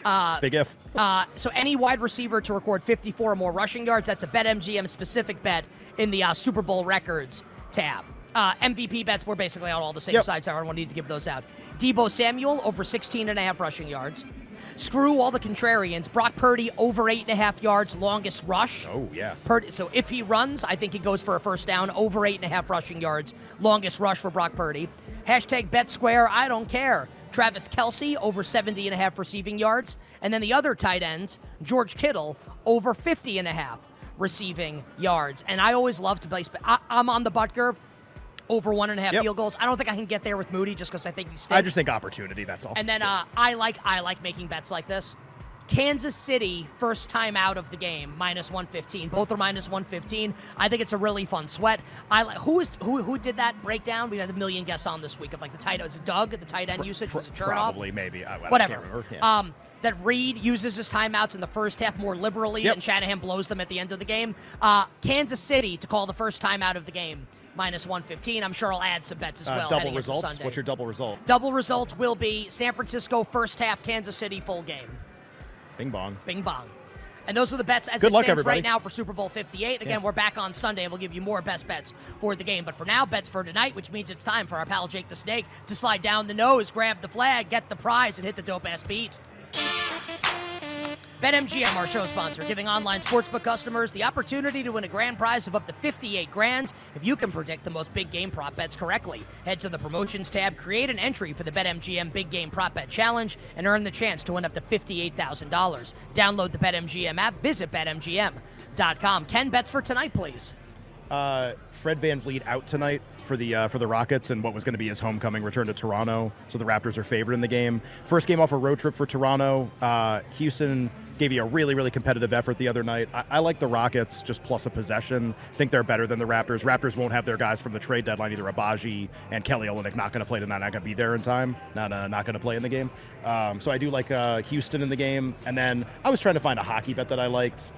[SPEAKER 2] Uh,
[SPEAKER 3] Big if.
[SPEAKER 2] uh, so any wide receiver to record 54 or more rushing yards, that's a BetMGM specific bet in the uh, Super Bowl records tab. Uh, MVP bets were basically on all the same
[SPEAKER 3] Yep.
[SPEAKER 2] sites. I don't need to give those out. Debo Samuel over 16 and a half rushing yards. Screw all the contrarians. Brock Purdy over eight and a half yards longest rush.
[SPEAKER 3] Oh yeah.
[SPEAKER 2] Purdy, so if he runs, I think he goes for a first down, over eight and a half rushing yards, longest rush for Brock Purdy. Hashtag bet square, I don't care. Travis Kelsey, over 70 and a half receiving yards. And then the other tight ends, George Kittle, over 50 and a half receiving yards. And I always love to play, sp- I, I'm on the Butker, over one and a half
[SPEAKER 3] Yep.
[SPEAKER 2] field goals. I don't think I can get there with Moody just because I think he stinks.
[SPEAKER 3] I just think opportunity. That's all.
[SPEAKER 2] And then uh, I like I like making bets like this. Kansas City first time out of the game minus 115. Both are minus 115. I think it's a really fun sweat. I like who is who who did that breakdown? We had a million guests on this week of like the tight end. Doug the tight end usage was a turn off.
[SPEAKER 3] probably maybe. I, I can't
[SPEAKER 2] Whatever.
[SPEAKER 3] remember. Yeah. Uh,
[SPEAKER 2] Um, that Reed uses his timeouts in the first half more liberally,
[SPEAKER 3] Yep.
[SPEAKER 2] and Shanahan blows them at the end of the game. Uh, Kansas City to call the first time out of the game minus 115. I'm sure I'll add some bets as
[SPEAKER 3] Uh,
[SPEAKER 2] well.
[SPEAKER 3] double
[SPEAKER 2] heading into
[SPEAKER 3] results.
[SPEAKER 2] Sunday.
[SPEAKER 3] What's your double result?
[SPEAKER 2] Double result will be San Francisco first half, Kansas City full game.
[SPEAKER 3] Bing bong.
[SPEAKER 2] Bing bong. And those are the bets as
[SPEAKER 3] Good
[SPEAKER 2] it
[SPEAKER 3] luck,
[SPEAKER 2] stands
[SPEAKER 3] everybody.
[SPEAKER 2] right now for Super Bowl 58. Again, we're back on Sunday and we'll give you more best bets for the game. But for now, bets for tonight, which means it's time for our pal Jake the Snake to slide down the nose, grab the flag, get the prize, and hit the dope ass beat. BetMGM, our show sponsor, giving online sportsbook customers the opportunity to win a grand prize of up to 58 grand if you can predict the most big game prop bets correctly. Head to the promotions tab, create an entry for the BetMGM Big Game Prop Bet Challenge, and earn the chance to win up to $58,000. Download the BetMGM app, visit BetMGM.com. Ken, bets for tonight, please.
[SPEAKER 3] uh, Fred Van Vliet out tonight for the uh, for the Rockets and what was going to be his homecoming return to Toronto. So the Raptors are favored in the game. First game off a road trip for Toronto. Uh, Houston gave you a really really competitive effort the other night. I, I like the Rockets just plus a possession. Think they're better than the Raptors. Raptors won't have their guys from the trade deadline either. Abaji and Kelly Olynyk not going to play tonight. Not going to be there in time. Not uh, not going to play in the game. Um, so I do like uh, Houston in the game. And then I was trying to find a hockey bet that I liked.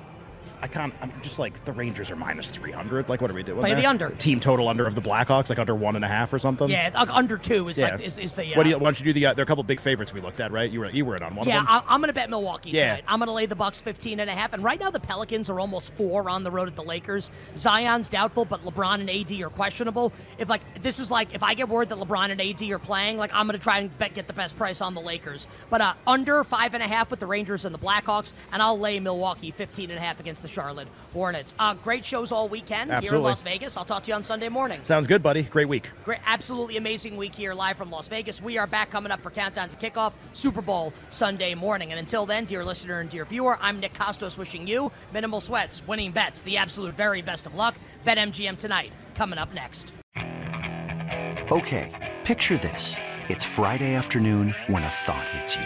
[SPEAKER 3] I can't. I'm just like the Rangers are minus three hundred. Like, what are we doing?
[SPEAKER 2] Play
[SPEAKER 3] there?
[SPEAKER 2] the under.
[SPEAKER 3] Team total under of the Blackhawks, like under one and a half or something.
[SPEAKER 2] Yeah, uh, under two is
[SPEAKER 3] Yeah.
[SPEAKER 2] like is, is the. Uh,
[SPEAKER 3] What do you, why don't you do the? Uh, there are a couple big favorites we looked at, right? You were you were in on one
[SPEAKER 2] yeah,
[SPEAKER 3] of them.
[SPEAKER 2] I, I'm going to bet Milwaukee
[SPEAKER 3] Yeah.
[SPEAKER 2] tonight. I'm going to lay the Bucks 15 and a half. And right now, the Pelicans are almost four on the road at the Lakers. Zion's doubtful, but LeBron and AD are questionable. If like this is like if I get word that LeBron and AD are playing, like I'm going to try and bet, get the best price on the Lakers. But uh, under five and a half with the Rangers and the Blackhawks, and I'll lay Milwaukee 15 and a half against the Charlotte Hornets. Uh, great shows all weekend here in
[SPEAKER 3] Absolutely.
[SPEAKER 2] Las Vegas. I'll talk to you on Sunday morning.
[SPEAKER 3] Sounds good, buddy. Great week.
[SPEAKER 2] Great, absolutely amazing week here live from Las Vegas. We are back coming up for Countdown to Kickoff, Super Bowl Sunday morning. And until then, dear listener and dear viewer, I'm Nick Costos wishing you minimal sweats, winning bets, the absolute very best of luck. Bet MGM tonight, coming up next.
[SPEAKER 6] Okay, picture this. It's Friday afternoon when a thought hits you.